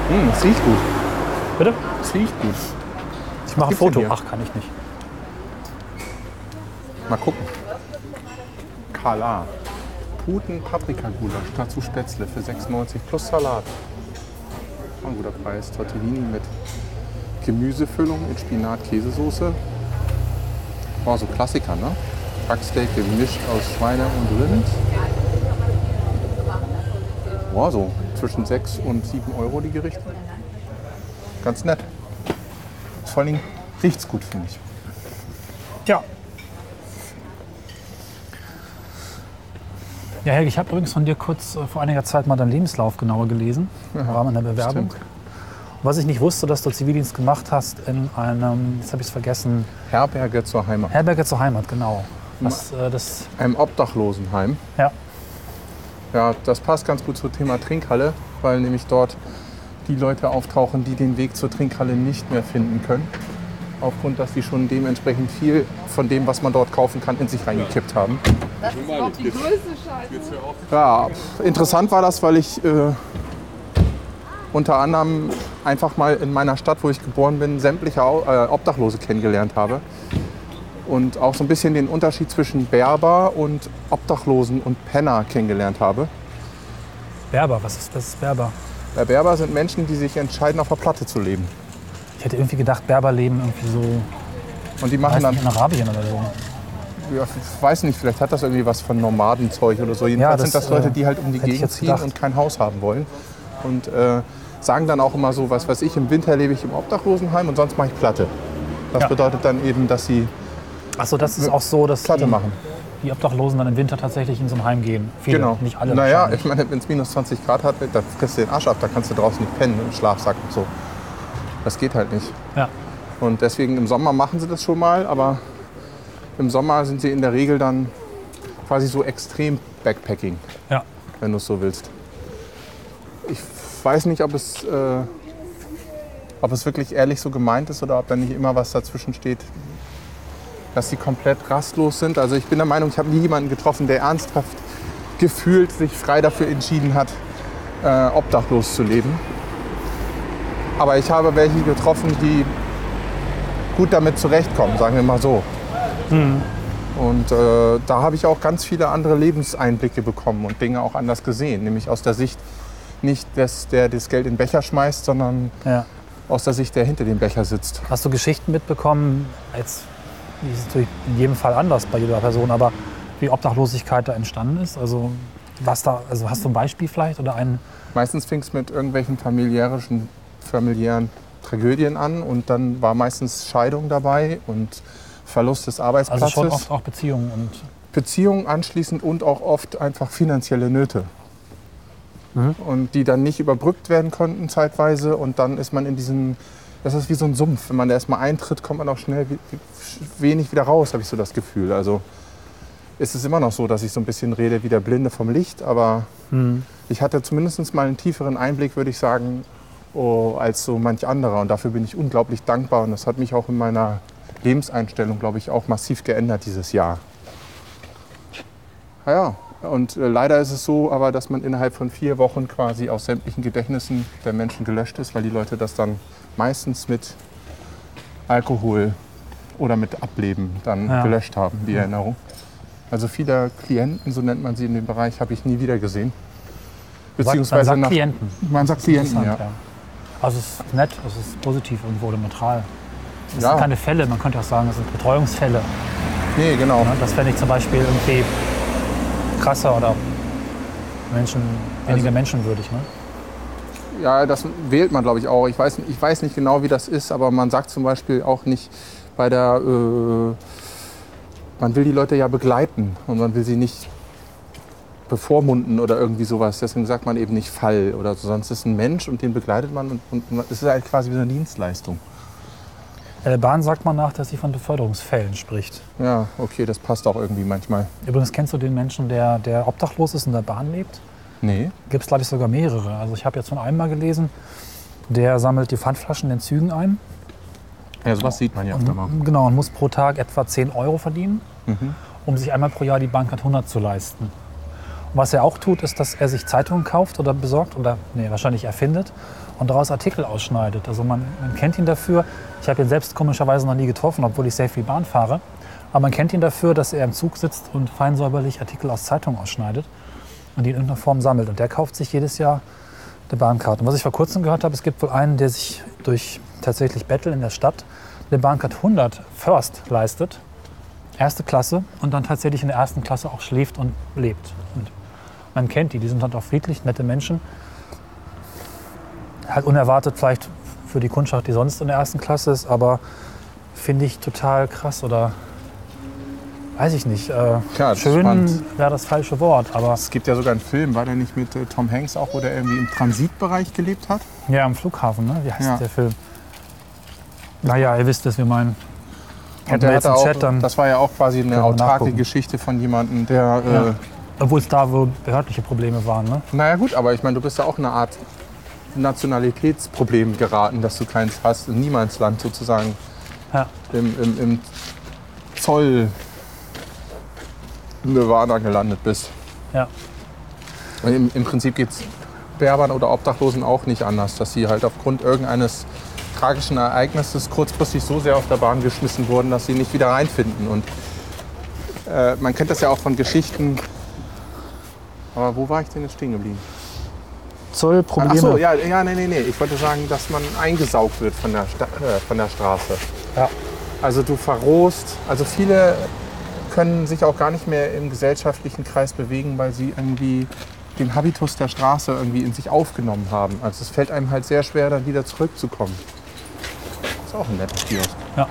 Hm, es riecht gut. Bitte? Es riecht gut. Ich mache ein gibt's denn Foto. hier? Ach, kann ich nicht. Mal gucken. Kala. Puten Paprikagulasch, dazu Spätzle für 96 plus Salat. Auch Ein guter Preis. Tortellini mit Gemüsefüllung in Spinat-Käsesoße. War so Klassiker, ne? Backsteak gemischt aus Schweine und Rind. War Oh, so zwischen 6 und 7 Euro die Gerichte. Ganz nett. Vor allen Dingen riecht's gut, finde ich. Tja. Ja, Helge, ich habe übrigens von dir kurz äh, vor einiger Zeit mal deinen Lebenslauf genauer gelesen, im Rahmen einer Bewerbung. stimmt. Was ich nicht wusste, dass du Zivildienst gemacht hast in einem, jetzt habe ich es vergessen, Herberge zur Heimat. Herberge zur Heimat, genau. Was, äh, das, einem Obdachlosenheim. ja, Ja, das passt ganz gut zum Thema Trinkhalle, weil nämlich dort die Leute auftauchen, die den Weg zur Trinkhalle nicht mehr finden können. Aufgrund, dass die schon dementsprechend viel von dem, was man dort kaufen kann, in sich reingekippt haben. Ja, pff, interessant war das, weil ich äh, unter anderem einfach mal in meiner Stadt, wo ich geboren bin, sämtliche Au- äh, Obdachlose kennengelernt habe. Und auch so ein bisschen den Unterschied zwischen Berber und Obdachlosen und Penner kennengelernt habe. Berber, was ist das? Berber. Bei Berber sind Menschen, die sich entscheiden, auf der Platte zu leben. Ich hätte irgendwie gedacht, Berber leben irgendwie so, Und die weiß genau. machen dann, nicht, in Arabien oder so. ja, ich weiß nicht, vielleicht hat das irgendwie was von Nomadenzeug oder so. Jedenfalls das, sind das Leute, äh, die halt um die hätte ich Gegend jetzt ziehen gedacht. und kein Haus haben wollen. und äh, sagen dann auch immer so, was weiß ich, im Winter lebe ich im Obdachlosenheim und sonst mache ich Platte. Das Ja. bedeutet dann eben, dass sie Achso, das ist auch so, dass Platte die, machen. die Obdachlosen dann im Winter tatsächlich in so ein Heim gehen. Viele, Genau. nicht alle. Naja, wahrscheinlich. ich meine, wenn es minus 20 Grad hat, dann frisst du den Arsch ab, da kannst du draußen nicht pennen im Schlafsack und so. Das geht halt nicht. ja. Und deswegen im Sommer machen sie das schon mal, aber im Sommer sind sie in der Regel dann quasi so extrem Backpacking, ja. wenn du es so willst. Ich weiß nicht, ob es, äh, ob es wirklich ehrlich so gemeint ist oder ob da nicht immer was dazwischen steht, dass sie komplett rastlos sind. Also ich bin der Meinung, ich habe nie jemanden getroffen, der ernsthaft gefühlt sich frei dafür entschieden hat, äh, obdachlos zu leben. Aber ich habe welche getroffen, die gut damit zurechtkommen, sagen wir mal so. Und äh, da habe ich auch ganz viele andere Lebenseinblicke bekommen und Dinge auch anders gesehen, nämlich aus der Sicht nicht, dass der das Geld in den Becher schmeißt, sondern ja. aus der Sicht, der hinter dem Becher sitzt. Hast du Geschichten mitbekommen, jetzt ist es natürlich in jedem Fall anders bei jeder Person, aber wie Obdachlosigkeit da entstanden ist? Also, was da, also hast du ein Beispiel vielleicht oder einen? Meistens fing es mit irgendwelchen familiärischen, familiären Tragödien an und dann war meistens Scheidung dabei und Verlust des Also Arbeitsplatzes, schon oft auch Beziehungen und Beziehungen anschließend und auch oft einfach finanzielle Nöte. Und die dann nicht überbrückt werden konnten zeitweise und dann ist man in diesem, das ist wie so ein Sumpf, wenn man da erstmal eintritt, kommt man auch schnell wie- wie- wenig wieder raus, habe ich so das Gefühl. Also ist es immer noch so, dass ich so ein bisschen rede wie der Blinde vom Licht, aber Hm. ich hatte zumindest mal einen tieferen Einblick, würde ich sagen, oh, als so manch anderer. Und dafür bin ich unglaublich dankbar. Und das hat mich auch in meiner Lebenseinstellung, glaube ich, auch massiv geändert dieses Jahr. Ja, ja. und äh, leider ist es so, aber dass man innerhalb von vier Wochen quasi aus sämtlichen Gedächtnissen der Menschen gelöscht ist, weil die Leute das dann meistens mit Alkohol oder mit Ableben dann Ja. gelöscht haben, die Erinnerung. Also viele Klienten, so nennt man sie in dem Bereich, habe ich nie wieder gesehen. Beziehungsweise sagt nach, Klienten. man sagt Klienten, ja. Interessant, ja. Also es ist nett, es ist positiv irgendwo oder neutral. Es Ja. sind keine Fälle, man könnte auch sagen, es sind Betreuungsfälle. Nee, genau. Ne? Das fände ich zum Beispiel irgendwie krasser oder Menschen, Also- weniger menschenwürdig. Ne? Ja, das wählt man, glaube ich, auch. Ich weiß, ich weiß nicht genau, wie das ist, aber man sagt zum Beispiel auch nicht bei der. Äh, man will die Leute ja begleiten und man will sie nicht bevormunden oder irgendwie sowas. Deswegen sagt man eben nicht Fall oder so. Sonst ist ein Mensch und den begleitet man und, und, und es ist halt quasi wie so eine Dienstleistung. In der Äh, Bahn sagt man nach, dass sie von Beförderungsfällen spricht. Ja, okay, das passt auch irgendwie manchmal. Übrigens kennst du den Menschen, der, der obdachlos ist und in der Bahn lebt? Nee. Gibt es, glaube ich, sogar mehrere. Also ich habe jetzt von einem mal gelesen, der sammelt die Pfandflaschen in den Zügen ein. Ja, sowas sieht man ja öfter mal. Genau, und muss pro Tag etwa 10 Euro verdienen, um sich einmal pro Jahr die Bank 100 zu leisten. Und was er auch tut, ist, dass er sich Zeitungen kauft oder besorgt oder nee, wahrscheinlich erfindet und daraus Artikel ausschneidet. Also man, man kennt ihn dafür. Ich habe ihn selbst komischerweise noch nie getroffen, obwohl ich sehr viel Bahn fahre. Aber man kennt ihn dafür, dass er im Zug sitzt und feinsäuberlich Artikel aus Zeitungen ausschneidet und die in irgendeiner Form sammelt. Und der kauft sich jedes Jahr eine Bahnkarte. Und was ich vor kurzem gehört habe, es gibt wohl einen, der sich durch tatsächlich Battle in der Stadt eine Bahnkarte 100 First leistet, erste Klasse, und dann tatsächlich in der ersten Klasse auch schläft und lebt. Und man kennt die, die sind halt auch friedlich, nette Menschen. Halt unerwartet vielleicht für die Kundschaft, die sonst in der ersten Klasse ist, aber finde ich total krass oder weiß ich nicht. Äh, das ist schön spannend. wäre das falsche Wort, aber Es gibt ja sogar einen Film, war der nicht mit äh, Tom Hanks auch, wo der irgendwie im Transitbereich gelebt hat? Ja, am Flughafen, ne? Wie heißt Ja. der Film? Naja, ihr wisst es, wir meinen. Und Hätten der wir jetzt hatte im auch, Chat dann. Das war ja auch quasi eine wir autarke nachgucken. Geschichte von jemandem, der. Äh, Ja. Obwohl es da wohl behördliche Probleme waren, ne? naja, gut, aber ich meine, du bist ja auch in eine Art Nationalitätsproblem geraten, dass du keins hast, im Niemandsland sozusagen. Ja. Im, im, im Zoll. Nirvana gelandet bist. Ja. Und Im, Im Prinzip geht es Berbern oder Obdachlosen auch nicht anders, dass sie halt aufgrund irgendeines tragischen Ereignisses kurzfristig so sehr auf der Bahn geschmissen wurden, dass sie nicht wieder reinfinden. Und äh, man kennt das ja auch von Geschichten. Aber wo war ich denn jetzt stehen geblieben? Zollprobleme. Ach so, ja, ja, nee, nee, nee. Ich wollte sagen, dass man eingesaugt wird von der, Sta äh, von der Straße. Ja. Also du verrohst, also viele können sich auch gar nicht mehr im gesellschaftlichen Kreis bewegen, weil sie irgendwie den Habitus der Straße irgendwie in sich aufgenommen haben. Also es fällt einem halt sehr schwer, dann wieder zurückzukommen. Ist auch ein netter Kiosk. Ja.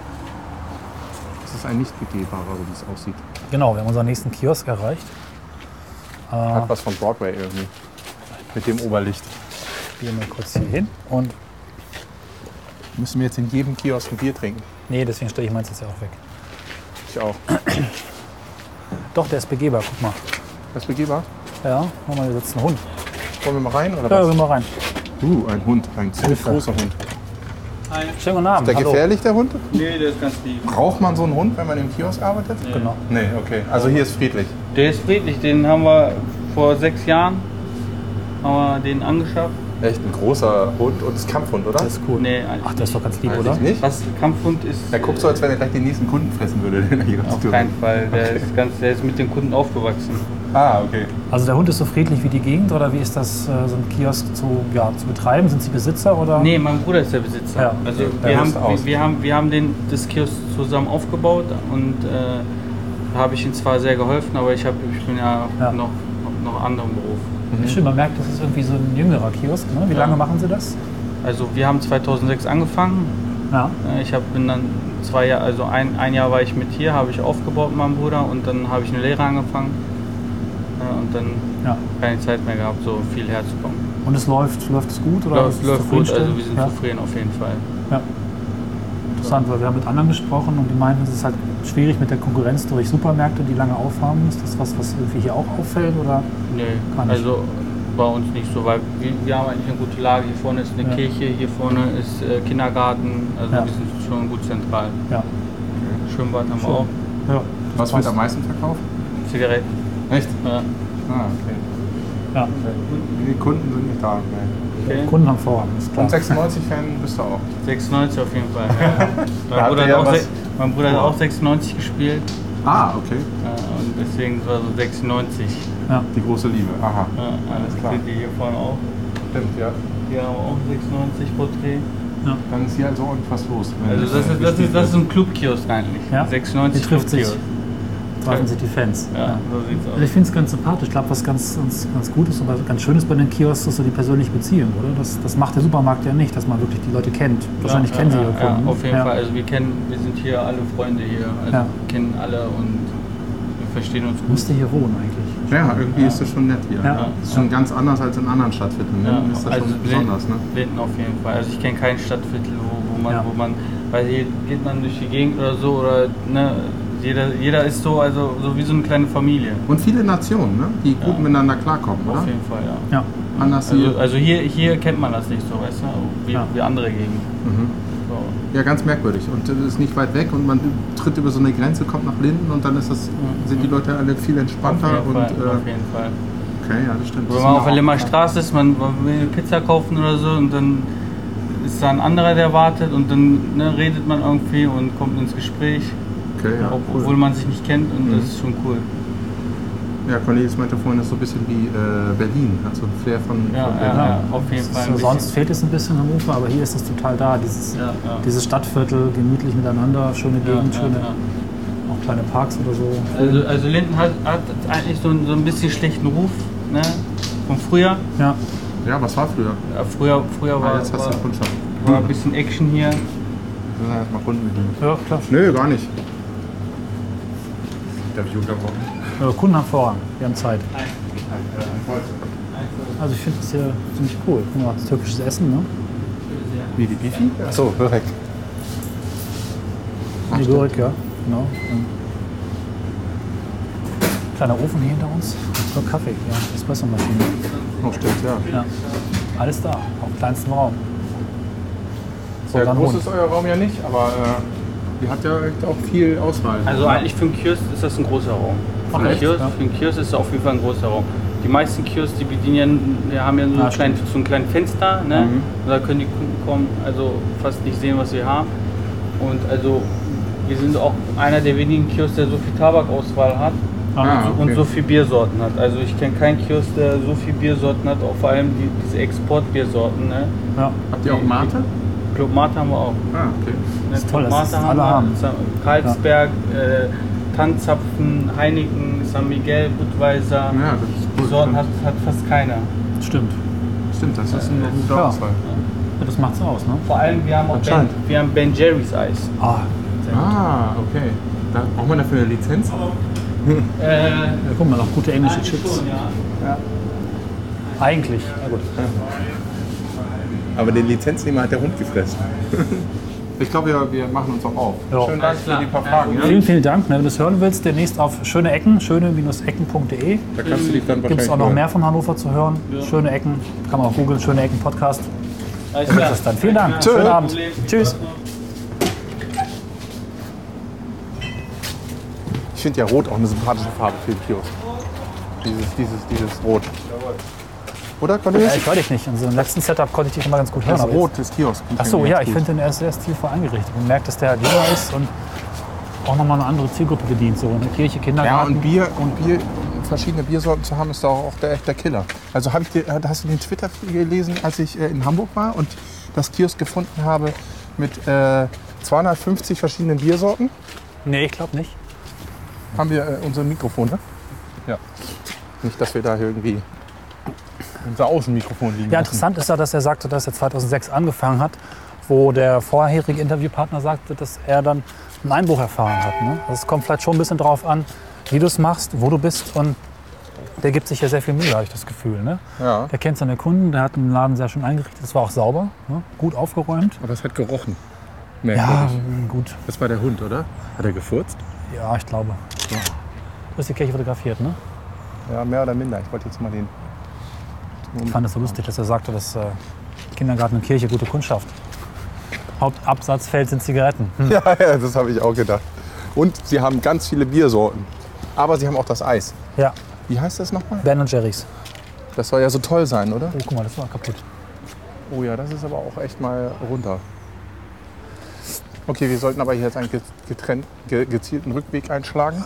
Es ist ein nicht begehbarer, so wie es aussieht. Genau, wir haben unseren nächsten Kiosk erreicht. Hat was von Broadway irgendwie. Mit dem Oberlicht. Wir gehen mal kurz hier hin. Und Müssen wir jetzt in jedem Kiosk ein Bier trinken. nee, deswegen stelle ich meins jetzt ja auch weg. Ich auch. Doch, der ist begehbar, guck mal. Das ist begehbar? Ja, guck mal, hier sitzt ein Hund. Wollen wir mal rein oder Da was? gehen wir rein. Uh, ein Hund. Ein ziemlich Hilfe. großer Hund. Schönen guten Abend. Der Hallo. gefährlich, der Hund? Nee, der ist ganz lieb. Braucht man so einen Hund, wenn man im Kiosk arbeitet? Genau. Nee, okay. Also hier ist friedlich. Der ist friedlich, den haben wir vor sechs Jahren haben wir den angeschafft. Echt ein großer Hund und ist Kampfhund, oder? Das ist cool. Nee, eigentlich Ach, der ist doch ganz lieb, Weiß oder? ich nicht. Was Kampfhund ist Er guckt so, als wenn er gleich den nächsten Kunden fressen würde. den er hier auf raustut. keinen Fall. Der ist ganz, der ist mit den Kunden aufgewachsen. Ah, okay. Also der Hund ist so friedlich wie die Gegend oder wie ist das, äh, so ein Kiosk zu, ja, zu betreiben? Sind Sie Besitzer oder? Nee, mein Bruder ist der Besitzer. Ja. Also Der wir haben, löst aus. wir, wir haben, wir haben den, das Kiosk zusammen aufgebaut und äh, da habe ich ihm zwar sehr geholfen, aber ich, hab, ich bin ja, Ja. Noch, noch- noch anderen Beruf. Schön, man merkt, das ist irgendwie so ein jüngerer Kiosk. Ne? Wie Ja. lange machen Sie das? Also wir haben 2006 angefangen. Ja. Äh, Ich hab, bin dann zwei Jahre, also ein, ein Jahr war ich mit hier, habe ich aufgebaut mit meinem Bruder und dann habe ich eine Lehre angefangen äh, und dann ja. keine Zeit mehr gehabt, so viel herzukommen. Und es läuft, läuft es gut oder ist Läuft, es läuft gut, also wir sind ja. zufrieden auf jeden Fall. Interessant, weil wir haben mit anderen gesprochen und die meinten, es ist halt schwierig mit der Konkurrenz durch Supermärkte, die lange aufhaben. Ist das was, was irgendwie hier auch auffällt oder? Nö, Gar nicht. also bei uns nicht so, weil wir, wir haben eigentlich eine gute Lage. Hier vorne ist eine Ja. Kirche, hier vorne ist äh, Kindergarten, also Ja. wir sind schon gut zentral. Ja. Schwimmbad haben wir Schön. auch, Ja. Was wird am meisten verkauft? Zigaretten. Echt? Ja. Ah, okay. Ja. Die Kunden sind nicht da. Okay. Okay. Kunden haben Vorrang, ist klar. Und 96-Fan bist du auch. 96 auf jeden Fall. Ja. mein, habt Bruder ihr hat ja auch was- se- mein Bruder hat Boah. auch 96 gespielt Ah, okay. äh, und deswegen war so 96. Die große Liebe. Aha. Ja, alles klar. Sind die hier vorne auch? Stimmt, ja. Hier haben wir auch 96 Porträt. Dann ist hier also ordentlich was los. wenn, Also das äh, ist, das gespielt ist, das ist wird. ein Clubkiosk eigentlich. Ja. 96 Hier trifft sich. Clubkiosk. Treffen sich die Fans. Ja, so sieht's Also aus. ich finde es ganz sympathisch. Ich glaube, was ganz, ganz, ganz gut ist und was ganz schön ist bei den Kiosks, ist so die persönliche Beziehung, oder? Das, das macht der Supermarkt ja nicht, dass man wirklich die Leute kennt. Wahrscheinlich ja, kennen sie ja, ihre Kunden. Ja, auf jeden Ja. Fall. Also wir kennen, wir sind hier alle Freunde hier, also Ja. wir kennen alle und wir verstehen uns gut. Müsste hier wohnen eigentlich. Ja, irgendwie ist das schon nett hier. Ja. Ist schon ganz anders als in anderen Stadtvierteln. Ne? Ja, ist das also schon Linden- besonders, ne? Linden auf jeden Fall. Also ich kenne kein Stadtviertel, wo, wo man, Ja. wo man, weil hier geht man durch die Gegend oder so oder ne, jeder, jeder ist so, also so wie so eine kleine Familie. Und viele Nationen, ne? die gut Ja. miteinander klarkommen, oder? Auf jeden Fall, ja. Ja. Anders Also, hier. also hier, hier kennt man das nicht so, weißt du, wie, Ja. wie andere Gegenden. Mhm. So. Ja, ganz merkwürdig. Und äh, ist nicht weit weg und man tritt über so eine Grenze, kommt nach Linden und dann ist das, sind die Leute alle viel entspannter auf, jeden und Fall, auf äh, jeden Fall. okay, ja, das stimmt. Wenn Das man sind auf auch- der Limmer Straße ist, man man will eine Pizza kaufen oder so und dann ist da ein anderer, der wartet und dann ne, redet man irgendwie und kommt ins Gespräch, Okay, ja, ob, obwohl cool. man sich nicht kennt und Mhm. das ist schon cool. ja, Cornelis meinte vorhin, das ist so ein bisschen wie äh, Berlin, hat so ein Flair von, Ja, von ja, Berlin. ja, auf jeden Fall. So, sonst fehlt es ein bisschen am Ufer, aber hier ist es total da. Dieses, Ja, ja. dieses Stadtviertel, gemütlich miteinander, schöne Ja, Gegend, ja, schöne ja. auch kleine Parks oder so. Also, also Linden hat, hat eigentlich so, einen- so ein bisschen schlechten Ruf ne? von früher. Ja, Ja, was war früher? Ja, Früher, früher Ah, war, jetzt hast du war, den Kundschaft. war ein bisschen Action hier. Wir sind ja erstmal Kunden bedienen. ja klar. Nö, gar nicht. Interview unterbrochen. Äh, Kunden haben Vorrang, wir haben Zeit. Also ich finde das hier ziemlich cool. Guck mal, das türkisches Essen, ne? Wie die Bifi? Achso, perfekt. Ach, Die stimmt. Lyrik, ja. Genau. Ähm, Kleiner Ofen hier hinter uns. Nur Kaffee, ja. Espressomaschine. Oh, stimmt, ja. Ja. Alles da, auf kleinstem Raum. So, Sehr dann groß Hund. ist euer Raum ja nicht, aber äh, ihr habt ja echt auch viel Auswahl. Also eigentlich für einen Kiosk ist das ein großer Raum. Für einen Echt? Kiosk, Ja. für einen Kiosk ist das auf jeden Fall ein großer Raum. Die meisten Kiosks, die bedienen ja, wir haben ja so, Ah, einen kleinen, so ein kleines Fenster, ne? Und da können die Kunden kommen, also fast nicht sehen, was wir haben. Und also wir sind auch einer der wenigen Kiosks, der so viel Tabakauswahl hat Ah, okay. und so viel Biersorten hat. Also ich kenne keinen Kiosk, der so viel Biersorten hat, auch vor allem die, diese Exportbiersorten. Ne? Ja. habt ihr auch Mate? Club Mate haben wir auch. Ah, okay. Ne, Ist toll, dass Tomate das alle haben. wir, Karlsberg, äh, Tannzapfen, Heineken, San Miguel, Budweiser, Ja, das ist die gut. Sorten hat, hat fast keiner. Stimmt. Stimmt, das ist eine gute Ja. Auswahl. Ja, das macht's aus, ne? Vor allem, wir haben auch ben, Anscheinend. wir haben ben Jerry's Eis. Ah, sehr gut. Ah, okay. Da braucht man dafür eine Lizenz? Ja, Äh, guck mal, noch gute englische Chips. schon, ja. Eigentlich. Na gut. Aber den Lizenznehmer hat der Hund gefressen. Ich glaube, wir, wir machen uns auch auf. Ja. Schönen Dank Alles für klar. die paar Fragen. Ja? Vielen, vielen Dank. ne, Wenn du es hören willst, demnächst auf schöne Ecken, schöne-ecken.de. Da kannst du dich dann Gibt wahrscheinlich es auch noch nur- mehr von Hannover zu hören. Schöne Ecken. Kann man auch googeln, schöne Ecken Podcast. Alles Das klar. ist es dann. Vielen Dank. Ja, Schönen kein Abend. Problem. Tschüss. Ich finde ja Rot auch eine sympathische Farbe für den Kiosk. Dieses, dieses, dieses Rot. Oder, Ja, Cornelius? ich höre dich nicht. In so einem letzten Setup konnte ich dich immer ganz gut hören. Das aber jetzt- Rot des Kiosks. Ach so, ja, ich finde den erst sehr stilvoll eingerichtet. Man merkt, dass der halt jünger ist und auch nochmal eine andere Zielgruppe bedient. So eine Kirche, Ja, Kindergarten. und Bier und Bier, verschiedene Biersorten zu haben, ist doch auch der echte Killer. Also hab ich dir, hast du den Twitter gelesen, als ich äh, in Hamburg war und das Kiosk gefunden habe mit äh, 250 verschiedenen Biersorten? nee, ich glaube nicht. Haben wir äh, unser Mikrofon, ne? Ja. Nicht, dass wir da irgendwie unser Außenmikrofon liegen. Ja, lassen. interessant ist ja, dass er sagte, dass er 2006 angefangen hat, wo der vorherige Interviewpartner sagte, dass er dann einen Einbruch erfahren hat. Ne? Also es kommt vielleicht schon ein bisschen drauf an, wie du es machst, wo du bist und der gibt sich ja sehr viel Mühe, habe ich das Gefühl. Ne? Ja. Der kennt seine Kunden, der hat den Laden sehr schön eingerichtet, es war auch sauber, ne? gut aufgeräumt. Aber es hat gerochen. Ja, Merkwürdig. gut. Das war der Hund, oder? Hat er gefurzt? Ja, ich glaube. Du hast die Kirche fotografiert, ne? ja, mehr oder minder. Ich wollte jetzt mal den. Ich fand es so lustig, dass er sagte, dass äh, Kindergarten und Kirche gute Kundschaft. Hauptabsatzfeld sind Zigaretten. Hm. Ja, ja, das habe ich auch gedacht. Und sie haben ganz viele Biersorten. Aber sie haben auch das Eis. Ja, Wie heißt das nochmal? Ben und Jerry's. Das soll ja so toll sein, oder? Oh, guck mal, das war kaputt. Oh ja, das ist aber auch echt mal runter. Okay, wir sollten aber hier jetzt einen ge- getrennt, ge gezielten Rückweg einschlagen.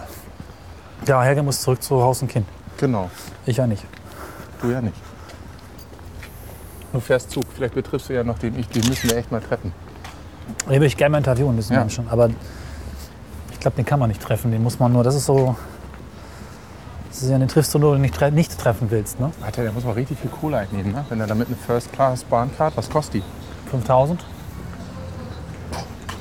Ja, Helge muss zurück zu Haus und Kind. Genau, Ich ja nicht. du ja nicht. Du fährst Zug, vielleicht betriffst du ja noch den ich. Den müssen wir echt mal treffen. Den würde ich gerne mal interviewen, diesen Ja. Menschen. Aber ich glaube, den kann man nicht treffen. Den muss man nur, das ist so. Das ist ja, den triffst du nur, wenn du nicht, tre nicht treffen willst. Ne? Alter, der muss mal richtig viel Kohle einnehmen, ne? Wenn er damit eine First-Class-Bahncard, was kostet die? 5000?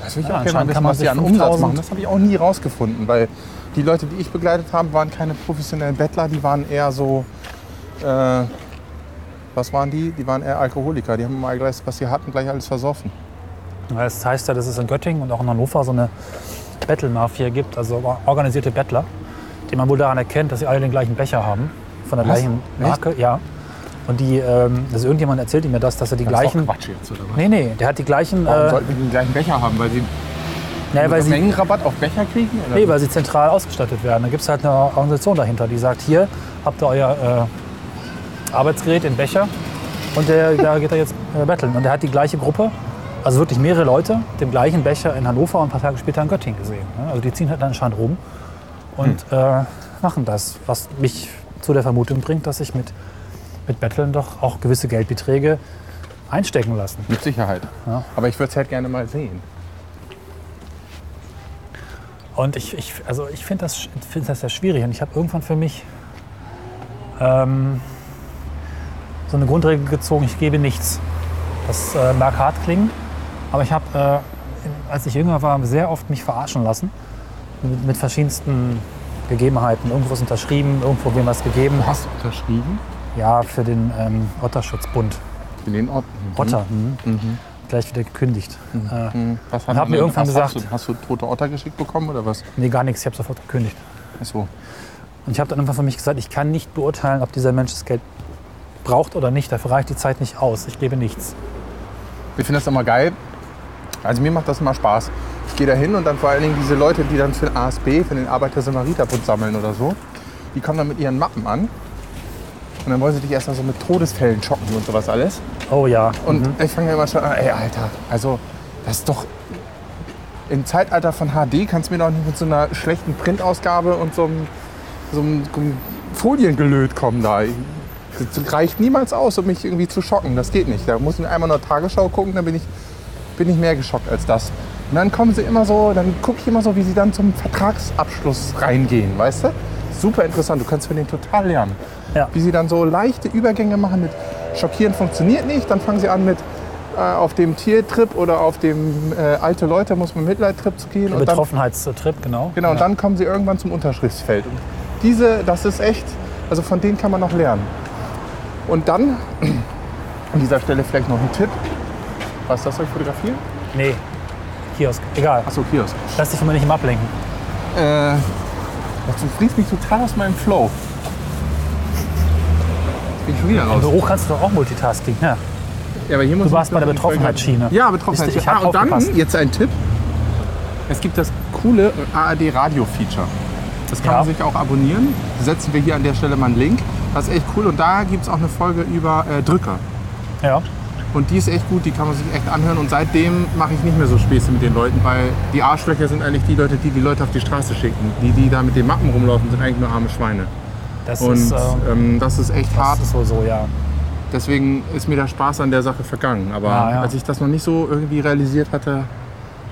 Das will ich Ja, auch gerne mal anscheinend kann wissen, man was die sich an Umsatz 5000 machen. Das habe ich auch nie rausgefunden, weil die Leute, die ich begleitet habe, waren keine professionellen Bettler, die waren eher so. Äh, was waren die? Die waren eher Alkoholiker. Die haben mal alles, was sie hatten, gleich alles versoffen. Ja, Das heißt ja, dass es in Göttingen und auch in Hannover so eine Bettelmafia gibt, also organisierte Bettler, die man wohl daran erkennt, dass sie alle den gleichen Becher haben, von der Was? gleichen Marke, ja. Und die, ähm, also irgendjemand erzählte mir das, dass er die Das ist doch gleichen. Quatsch jetzt, oder was? Nee, nee, der hat die gleichen. Warum Äh, sollten wir den gleichen Becher haben? Weil sie nee, weil einen sie, Mengenrabatt auf Becher kriegen? Oder? nee, weil sie zentral ausgestattet werden. Da gibt es halt eine Organisation dahinter, die sagt, hier habt ihr euer äh, Arbeitsgerät in Becher und der, da geht er jetzt äh, betteln. Und der hat die gleiche Gruppe, also wirklich mehrere Leute, dem gleichen Becher in Hannover und ein paar Tage später in Göttingen gesehen. ne? Also die ziehen halt anscheinend rum und äh, machen das, was mich zu der Vermutung bringt, dass sich mit, mit Betteln doch auch gewisse Geldbeträge einstecken lassen. Mit Sicherheit. Ja. Aber ich würde es halt gerne mal sehen. Und ich, ich, also ich finde das, sch- find das sehr schwierig. Und ich habe irgendwann für mich ähm, so eine Grundregel gezogen, ich gebe nichts. Das äh, mag hart klingen, aber ich habe, äh, in- als ich jünger war, sehr oft mich verarschen lassen. Mit, mit verschiedensten Gegebenheiten. Irgendwo ist unterschrieben, irgendwo wem was gegeben. Hast du unterschrieben? Ja, für den ähm, Otterschutzbund. In den Ort. Otter. Mhm. Gleich wieder gekündigt. Äh, Mhm. Was Und hab die mir denn- irgendwann was Hast gesagt- du, hast du tote Otter geschickt bekommen oder was? nee, gar nichts. Ich habe sofort gekündigt. Ach so. Und ich habe dann einfach für mich gesagt, ich kann nicht beurteilen, ob dieser Mensch das Geld braucht oder nicht. Dafür reicht die Zeit nicht aus. Ich gebe nichts. Ich finde das immer geil. Also mir macht das immer Spaß. Ich gehe da hin und dann vor allen Dingen diese Leute, die dann für den ASB, für den Arbeiter-Samariter-Bund sammeln oder so, die kommen dann mit ihren Mappen an. Und dann wollen sie dich erst mal so mit Todesfällen schocken und sowas alles. Oh ja. Und ich fange ja immer schon an, ey Alter, also das ist doch. Im Zeitalter von HD kannst du mir doch nicht mit so einer schlechten Printausgabe und so einem, so einem, so einem Foliengelöt kommen da. Das reicht niemals aus, um mich irgendwie zu schocken. Das geht nicht. Da muss ich einmal nur Tagesschau gucken, dann bin ich, bin ich mehr geschockt als das. Und dann kommen sie immer so, dann gucke ich immer so, wie sie dann zum Vertragsabschluss reingehen, weißt du? super interessant. Du kannst von denen total lernen. Ja. Wie sie dann so leichte Übergänge machen mit Schockieren funktioniert nicht, dann fangen sie an mit äh, auf dem Tiertrip oder auf dem äh, alte Leute muss man Mitleidtrip zu gehen. Und dann, Betroffenheitstrip, genau. genau, und dann kommen sie irgendwann zum Unterschriftsfeld. Und diese, das ist echt, also von denen kann man noch lernen. Und dann an dieser Stelle vielleicht noch ein Tipp. Was das soll ich fotografieren? Nee, Kiosk, egal. Achso, Kiosk. Lass dich von mir nicht immer ablenken. Äh, ach, du friest mich total aus meinem Flow. Jetzt bin ich schon wieder Im raus. Büro kannst du doch auch Multitasking. Ja. Ja, aber hier muss Du warst ich- bei der Betroffenheitsschiene. Ja, Betroffenheit. Ich, ich hab ah, und dann aufgepasst. jetzt ein Tipp. Es gibt das coole ARD-Radio-Feature. Das kann Ja. man sich auch abonnieren. Setzen wir hier an der Stelle mal einen Link. Das ist echt cool. Und da gibt es auch eine Folge über äh, Drücker. Ja. Und die ist echt gut, die kann man sich echt anhören. Und seitdem mache ich nicht mehr so Späße mit den Leuten, weil die Arschlöcher sind eigentlich die Leute, die die Leute auf die Straße schicken. Die, die da mit den Mappen rumlaufen, sind eigentlich nur arme Schweine. Das Und ist, äh, ähm, das ist echt hart. das ist wohl so, ja. Deswegen ist mir der Spaß an der Sache vergangen. Aber Ah, ja. als ich das noch nicht so irgendwie realisiert hatte,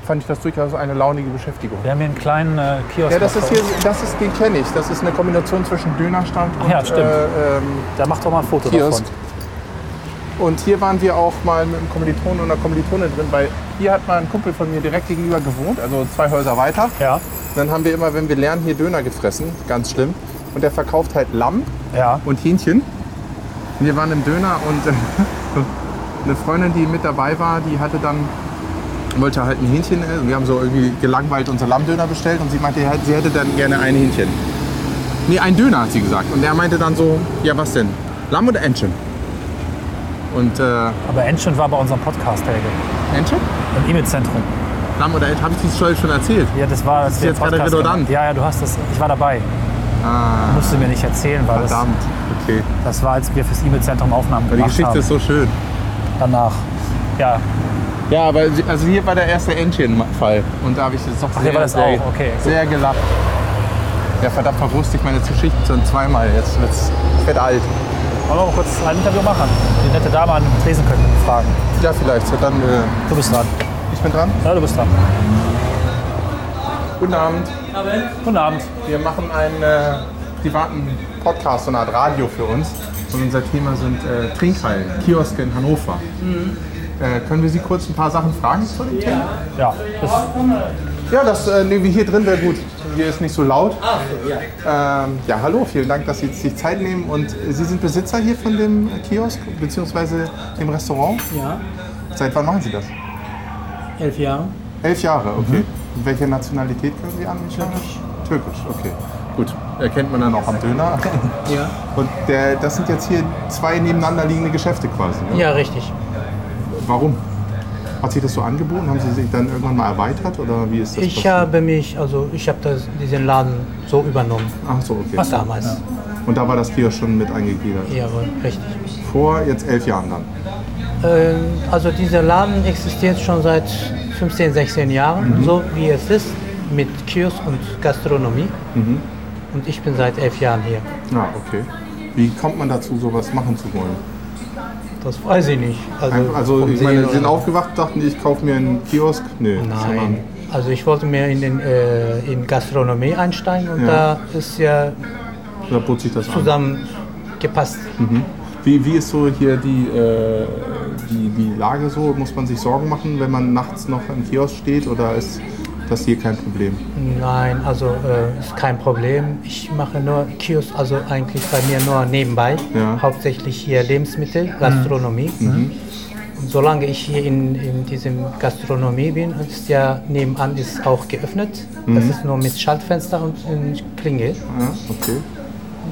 fand ich das durchaus eine launige Beschäftigung. Wir haben hier einen kleinen äh, Kiosk. Ja, das ist hier, das ist, den kenne ich. Das ist eine Kombination zwischen Dönerstand und Ja, stimmt. äh, ähm, Da mach doch mal ein Foto Kiosk. davon. Und hier waren wir auch mal mit einem Kommilitonen und einer Kommilitone drin, weil hier hat mal ein Kumpel von mir direkt gegenüber gewohnt, also zwei Häuser weiter. Ja, Und dann haben wir immer, wenn wir lernen, hier Döner gefressen, ganz schlimm. Und der verkauft halt Lamm ja. und Hähnchen. Und wir waren im Döner und äh, eine Freundin, die mit dabei war, die hatte dann, wollte halt ein Hähnchen essen. Wir haben so irgendwie gelangweilt unser Lammdöner bestellt und sie meinte, sie hätte dann gerne ein Hähnchen. Nee, ein Döner hat sie gesagt. Und er meinte dann so, ja was denn? Lamm oder Entchen? Und äh, Aber Enschin war bei unserem Podcast, Helge. Entchen? Im E-Mail-Zentrum. Lamm oder Entchen? Habe ich das schon- schon erzählt? Ja, das war, das ist jetzt gerade redundant. Ja, ja, du hast das. Ich war dabei. Ah. Musst du mir nicht erzählen, weil das, Verdammt. Okay. das war, als wir fürs E-Mail-Zentrum Aufnahmen Aber die gemacht Geschichte haben. ist so schön. danach. Ja, Ja, aber sie- also hier war der erste Entchen-Fall. Und da habe ich jetzt doch hier sehr, war das sehr, auch, okay. sehr gelacht. Ja, verdammt verwusste ich meine Geschichten schon zweimal. Jetzt wird's ich werd alt. wollen wir mal kurz ein Interview machen? Die nette Dame an dem Tresen können wir fragen. Ja, vielleicht. So, Dann, äh, Du bist dran. ich bin dran. Ja, du bist dran. Guten Abend. Guten Abend. Wir machen einen äh, privaten Podcast, so eine Art Radio für uns. Und unser Thema sind äh, Trinkhallen, Kioske in Hannover. Äh, können wir Sie kurz ein paar Sachen fragen zu dem Thema? Ja, das, Ja, das äh, nehmen wir hier drin, wäre gut. Hier ist nicht so laut. Ah, ja. Ähm, ja, hallo, vielen Dank, dass Sie sich Zeit nehmen. Und äh, Sie sind Besitzer hier von dem Kiosk bzw. dem Restaurant? Ja, Seit wann machen Sie das? elf Jahre. Mhm. Elf Jahre, okay. Und welche Nationalität können Sie anschauen? Türkisch, okay. Gut, erkennt man dann auch am Döner. Ja. Und der, das sind jetzt hier zwei nebeneinander liegende Geschäfte quasi. Ne? Ja, richtig. Warum? Hat sich das so angeboten? Haben Sie sich dann irgendwann mal erweitert oder wie ist das? Ich äh, passiert? habe mich, also ich habe das, diesen Laden so übernommen. Ach so, okay. Was damals. Und da war das Kiosk schon mit eingegliedert. Jawohl, richtig. Vor jetzt elf Jahren dann. Ähm, also dieser Laden existiert schon seit 15, 16 Jahren, so wie es ist, mit Kiosk und Gastronomie. Und ich bin seit elf Jahren hier. Ja, Ah, okay. Wie kommt man dazu, sowas machen zu wollen? Das weiß ich nicht. Einfach, also vom ich meine, Sehen Sie sind oder- aufgewacht, dachten, ich kaufe mir einen Kiosk. Nee, sondern- Nein. Also ich wollte mehr in, den, äh, in Gastronomie einsteigen und Ja. da ist ja Da bot sich das an. zusammengepasst. Wie, wie ist so hier die, äh, die, die Lage so? Muss man sich Sorgen machen, wenn man nachts noch im Kiosk steht oder ist das hier kein Problem? Nein, also äh, ist kein Problem. Ich mache nur Kiosk, also eigentlich bei mir nur nebenbei. Ja. Hauptsächlich hier Mhm. Lebensmittel, Gastronomie. Mhm. Und solange ich hier in, in diesem Gastronomie bin, ist ja nebenan ist auch geöffnet. Mhm. Das ist nur mit Schaltfenster und äh, Klingel. Ja, okay.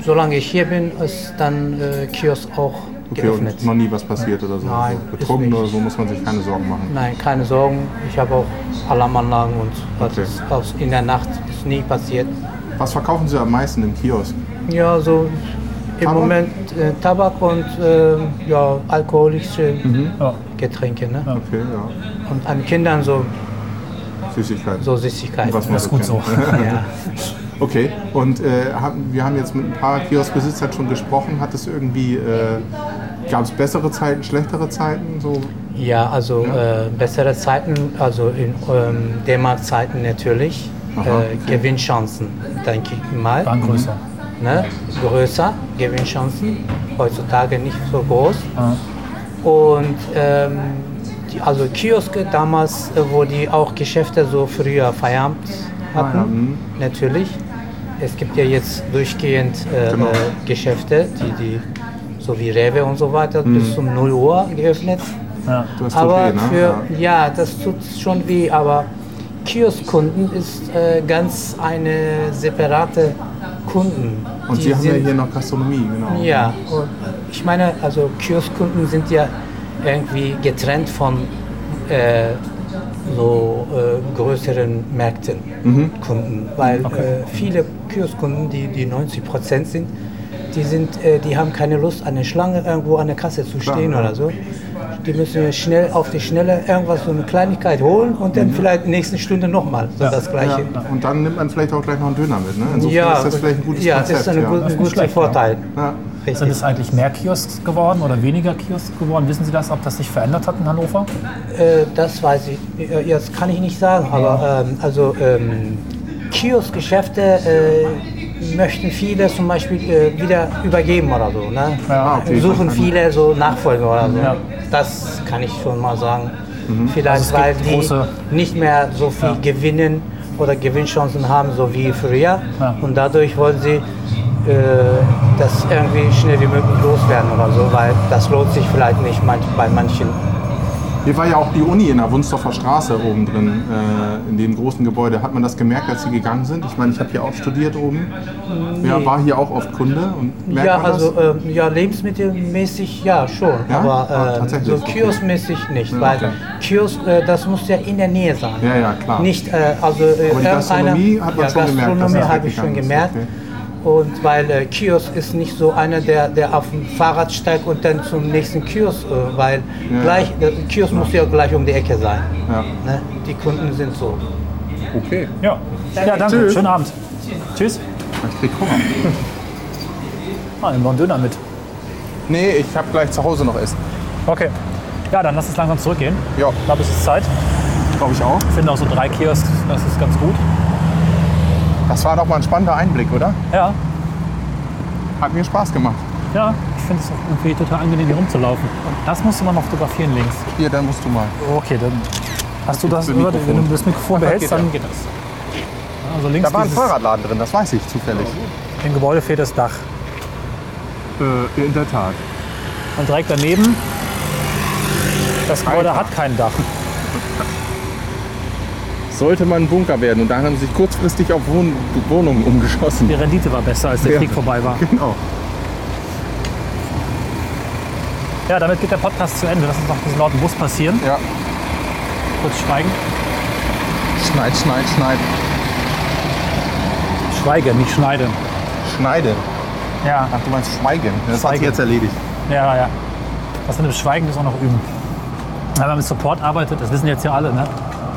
Solange ich hier bin, ist dann äh, Kiosk auch Okay, geöffnet. und noch nie was passiert oder so. Nein, so ist betrunken nicht. oder so muss man sich keine Sorgen machen. Nein, keine Sorgen. Ich habe auch Alarmanlagen und was Okay. ist aus, in der Nacht ist nie passiert. Was verkaufen Sie am meisten im Kiosk? Ja, so im Tabak? Moment äh, Tabak und ähm, ja, alkoholische Mhm. ja. Getränke. Ne? Okay, ja. Und an Kindern so, Süßigkeiten. so Süßigkeiten. Was man das ist gut kennt. so. É. ja. Okay, und äh, haben, wir haben jetzt mit ein paar Kioskbesitzern schon gesprochen. Hat es irgendwie, äh, gab es bessere Zeiten, schlechtere Zeiten? So? ja, also äh, bessere Zeiten, also in ähm, D-Mark-Zeiten natürlich. Aha, äh, Gewinnchancen, denke ich mal. Waren größer. ne? größer, Gewinnchancen, heutzutage nicht so groß. Und ähm, die, also Kioske damals, äh, wo die auch Geschäfte so früher Feierabend hatten, natürlich. Es gibt ja jetzt durchgehend äh, äh, Geschäfte, die, die so wie Rewe und so weiter bis um 0 Uhr geöffnet. Ja. Das tut Aber weh, ne? für, ja, das tut schon weh, aber Kioskunden ist äh, ganz eine separate Kunden. ja. Und Die Sie haben ja sind- hier noch Gastronomie, genau. ja, und ich meine, also Kioskunden sind ja irgendwie getrennt von äh, so äh, größeren Märkten Mhm. Kunden, weil äh, viele Kioskunden, die die 90 Prozent sind, die sind, äh, die haben keine Lust an der Schlange irgendwo an der Kasse zu stehen oder so. Die müssen ja schnell auf die Schnelle irgendwas so eine Kleinigkeit holen und dann vielleicht nächste Stunde nochmal so das Mhm. Ja, gleiche. und dann nimmt man vielleicht auch gleich noch einen Döner mit. Ne? Insofern Ja, ist das vielleicht ein gutes ja, Konzept. ist ein gut- ja. ein guter schlecht, ja. Also Vorteil. Ja. Richtig. Sind es eigentlich mehr Kiosks geworden oder weniger Kiosks geworden? Wissen Sie das, ob das sich verändert hat in Hannover? Äh, das weiß ich, äh, jetzt kann ich nicht sagen, aber ähm, also ähm, Kioskgeschäfte äh, möchten viele zum Beispiel äh, wieder übergeben oder so. Ne? Ja, okay, Suchen verstanden. viele so Nachfolger oder so. Ja. Das kann ich schon mal sagen. Vielleicht Also es weil gibt die große- nicht mehr so viel Ja. gewinnen oder Gewinnchancen haben, so wie früher. Ja. Und dadurch wollen sie äh, das irgendwie schnell wie möglich loswerden oder so, weil das lohnt sich vielleicht nicht manch, bei manchen. Hier war ja auch die Uni in der Wunstorfer Straße oben drin, äh, in dem großen Gebäude. Hat man das gemerkt, als Sie gegangen sind? Ich meine, ich habe hier auch studiert oben. Ja, war hier auch oft Kunde. Und merkt Ja, man das? also ähm, ja, lebensmittelmäßig ja schon, Ja? Ah, aber äh, tatsächlich, so okay. kioskmäßig nicht, Ja, weil okay. Kiosk, äh, das muss ja in der Nähe sein. Ja, ja, klar. Nicht, äh, also äh, Aber die Gastronomie irgendeiner- hat man schon gemerkt, ja, dass Gastronomie das habe ich weggegangen schon ist, gemerkt. okay. Und weil äh, Kiosk ist nicht so einer, der, der auf dem Fahrrad steigt und dann zum nächsten Kiosk, äh, weil Ja. gleich, der Kiosk muss ja gleich um die Ecke sein. Ja. Ne? Die Kunden sind so. Okay. Ja. Ja, danke. Tschüss. Schönen Abend. Tschüss. Ich krieg Hunger. Ah, nimm noch einen Döner mit. Nee, ich habe gleich zu Hause noch Essen. Okay. Ja, dann lass uns langsam zurückgehen. Ja, Ich glaube, es ist Zeit. glaube ich auch. Ich finde auch so drei Kiosks, das ist ganz gut. Das war doch mal ein spannender Einblick, oder? Ja, Hat mir Spaß gemacht. ja. Ich finde es auch irgendwie total angenehm, hier rumzulaufen. Und das musst du mal noch fotografieren links. Hier, dann musst du mal. Okay, dann hast du das, bin oder? Mikrofon. Wenn du das Mikrofon behältst, dann geht das. Also links Da war ein dieses, Fahrradladen drin, das weiß ich zufällig. im Gebäude fehlt das Dach. Äh, in der Tat. Und direkt daneben, das Gebäude Alter. hat kein Dach. Sollte man ein Bunker werden und da haben sie sich kurzfristig auf Wohn Wohnungen Die umgeschossen. Rendite war besser, als der Ja. Krieg vorbei war. Genau. Ja, damit geht der Podcast zu Ende. Lass uns noch diesen lauten Bus passieren. Ja. Kurz schweigen. Schneid, schneid, schneid. Schweige, nicht schneide. Schneide. Ja, Ach, du meinst Schweigen. Das hat Schweigen. sich jetzt erledigt. ja, ja. Das mit dem Schweigen ist auch noch üben. Aber wenn man mit Support arbeitet, das wissen jetzt ja alle, ne?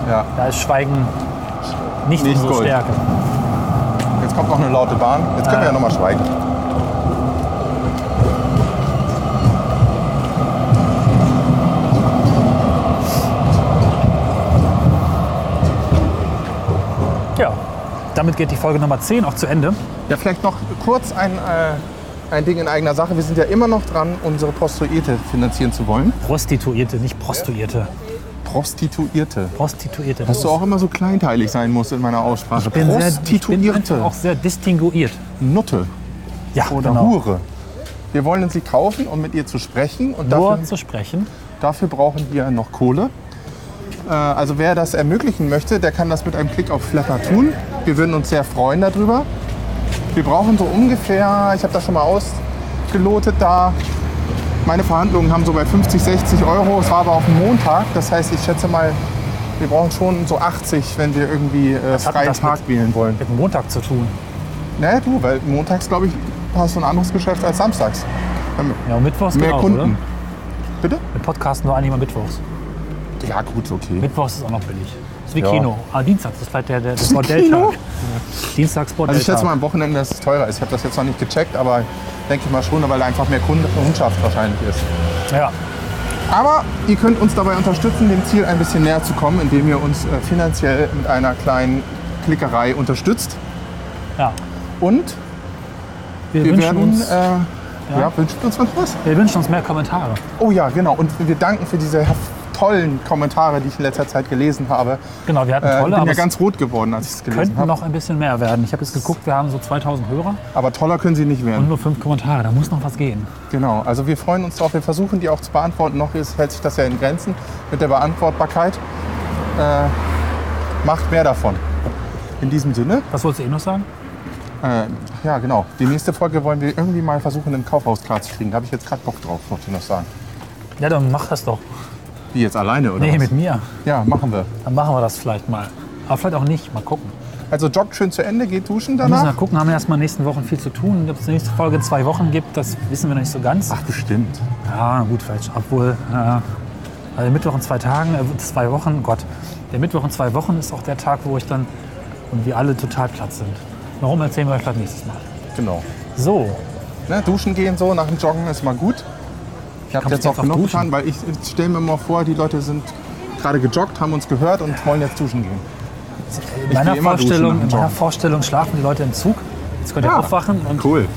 Ja. da ist Schweigen nicht, Nicht unsere Gold. Stärke. Jetzt kommt noch eine laute Bahn. Jetzt können wir ja nochmal schweigen. Ja, damit geht die Folge Nummer 10 auch zu Ende. Ja, vielleicht noch kurz ein, äh, ein Ding in eigener Sache. Wir sind ja immer noch dran, unsere Prostituierte finanzieren zu wollen. Prostituierte, nicht Prostituierte. Prostituierte. Prostituierte. Dass du auch immer so kleinteilig sein musst in meiner Aussprache. ich bin sehr, ich bin Prostituierte. einfach auch sehr distinguiert. Nutte Ja, oder genau. Hure. Wir wollen sie kaufen, um mit ihr zu sprechen. Und Nur dafür, zu sprechen. dafür brauchen wir noch Kohle. Äh, Also wer das ermöglichen möchte, der kann das mit einem Klick auf Flatter tun. Wir würden uns sehr freuen darüber. Wir brauchen so ungefähr, ich habe das schon mal ausgelotet da, meine Verhandlungen haben so bei 50, 60 Euro. Es war aber auf dem Montag, das heißt, ich schätze mal, wir brauchen schon so 80, wenn wir irgendwie äh, hat freien das Tag wählen wollen. Mit Montag zu tun. Naja, Ne, du, weil montags, glaube ich, hast du ein anderes Geschäft als samstags. Ja, und Mittwochs genau, Mehr geht auch, Kunden. Bitte? oder? Mit Podcast nur eigentlich immer Mittwochs. Ja, gut, okay. Mittwochs ist auch noch billig. Ist wie Ja. Kino. Ah, Dienstags ist vielleicht der, der das Wie Kino? Bordelltag. Dienstags Also ich Bordelltag. schätze mal am Wochenende, dass es teurer ist. Ich habe das jetzt noch nicht gecheckt, aber denke ich mal schon, weil da einfach mehr Kunden- Kundschaft wahrscheinlich ist. ja. Aber ihr könnt uns dabei unterstützen, dem Ziel ein bisschen näher zu kommen, indem ihr uns äh, finanziell mit einer kleinen Klickerei unterstützt. ja. Und Wir, Wir wünschen, werden, uns, äh, ja. wünschen uns was? wir wünschen uns mehr Kommentare. Oh ja, genau. Und wir danken für diese herv- tollen Kommentare, die ich in letzter Zeit gelesen habe. Genau, wir hatten Äh, ich tolle, bin aber ja es ganz rot geworden, als ich es gelesen könnten habe. noch ein bisschen mehr werden. Ich habe jetzt geguckt, wir haben so 2000 Hörer Aber toller können sie nicht und werden. nur fünf Kommentare. Da muss noch was gehen. Genau. Also wir freuen uns drauf. Wir versuchen die auch zu beantworten. Noch ist, hält sich das ja in Grenzen mit der Beantwortbarkeit. Äh, macht mehr davon. In diesem Sinne, Was wolltest du eh noch sagen? äh, ja genau. Die nächste Folge wollen wir irgendwie mal versuchen, im Kaufhaus klar zu kriegen. Da habe ich jetzt gerade Bock drauf, wollte ich noch sagen. Ja, dann mach das doch. Wie jetzt alleine, oder? Nee, was? mit mir. Ja, machen wir. Dann machen wir das vielleicht mal. Aber vielleicht auch nicht. Mal gucken. Also Job schön zu Ende, geht duschen Wir müssen mal danach. gucken, haben wir erstmal in den nächsten Wochen viel zu tun. Ob es die nächste Folge in zwei Wochen gibt, das wissen wir noch nicht so ganz. Ach bestimmt. Ja, gut, vielleicht. Obwohl, äh, also der Mittwoch in zwei Tagen, äh, zwei Wochen, Gott. Der Mittwoch in zwei Wochen ist auch der Tag, wo ich dann und wir alle total platt sind. Warum erzählen wir euch vielleicht nächstes Mal? Genau. So, Ne, duschen gehen so nach dem Joggen ist mal gut. Ich habe Kann man jetzt auch einfach genug duschen? getan, weil ich stelle mir immer vor, die Leute sind gerade gejoggt, haben uns gehört und wollen jetzt duschen gehen. in meiner, gehe immer duschen nach Vorstellung, dem in meiner Joggen. Vorstellung schlafen die Leute im Zug. Jetzt könnt ihr Ja, aufwachen und Cool.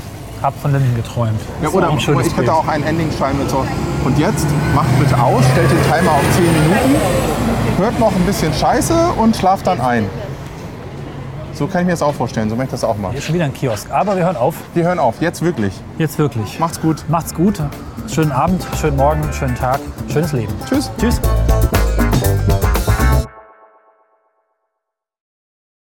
hab von Linden geträumt. Ja, Das war oder auch ein ich schönes hätte Bild. auch einen Ending-Schein mit so. Und jetzt macht bitte aus, stellt den Timer auf 10 Minuten, hört noch ein bisschen Scheiße und schlaft dann ein. So kann ich mir das auch vorstellen, so möchte ich das auch mal. Hier ist schon wieder ein Kiosk. Aber wir hören auf. Wir hören auf, jetzt wirklich. Jetzt wirklich. Macht's gut. Macht's gut. Schönen Abend, schönen Morgen, schönen Tag, schönes Leben. Tschüss. Tschüss.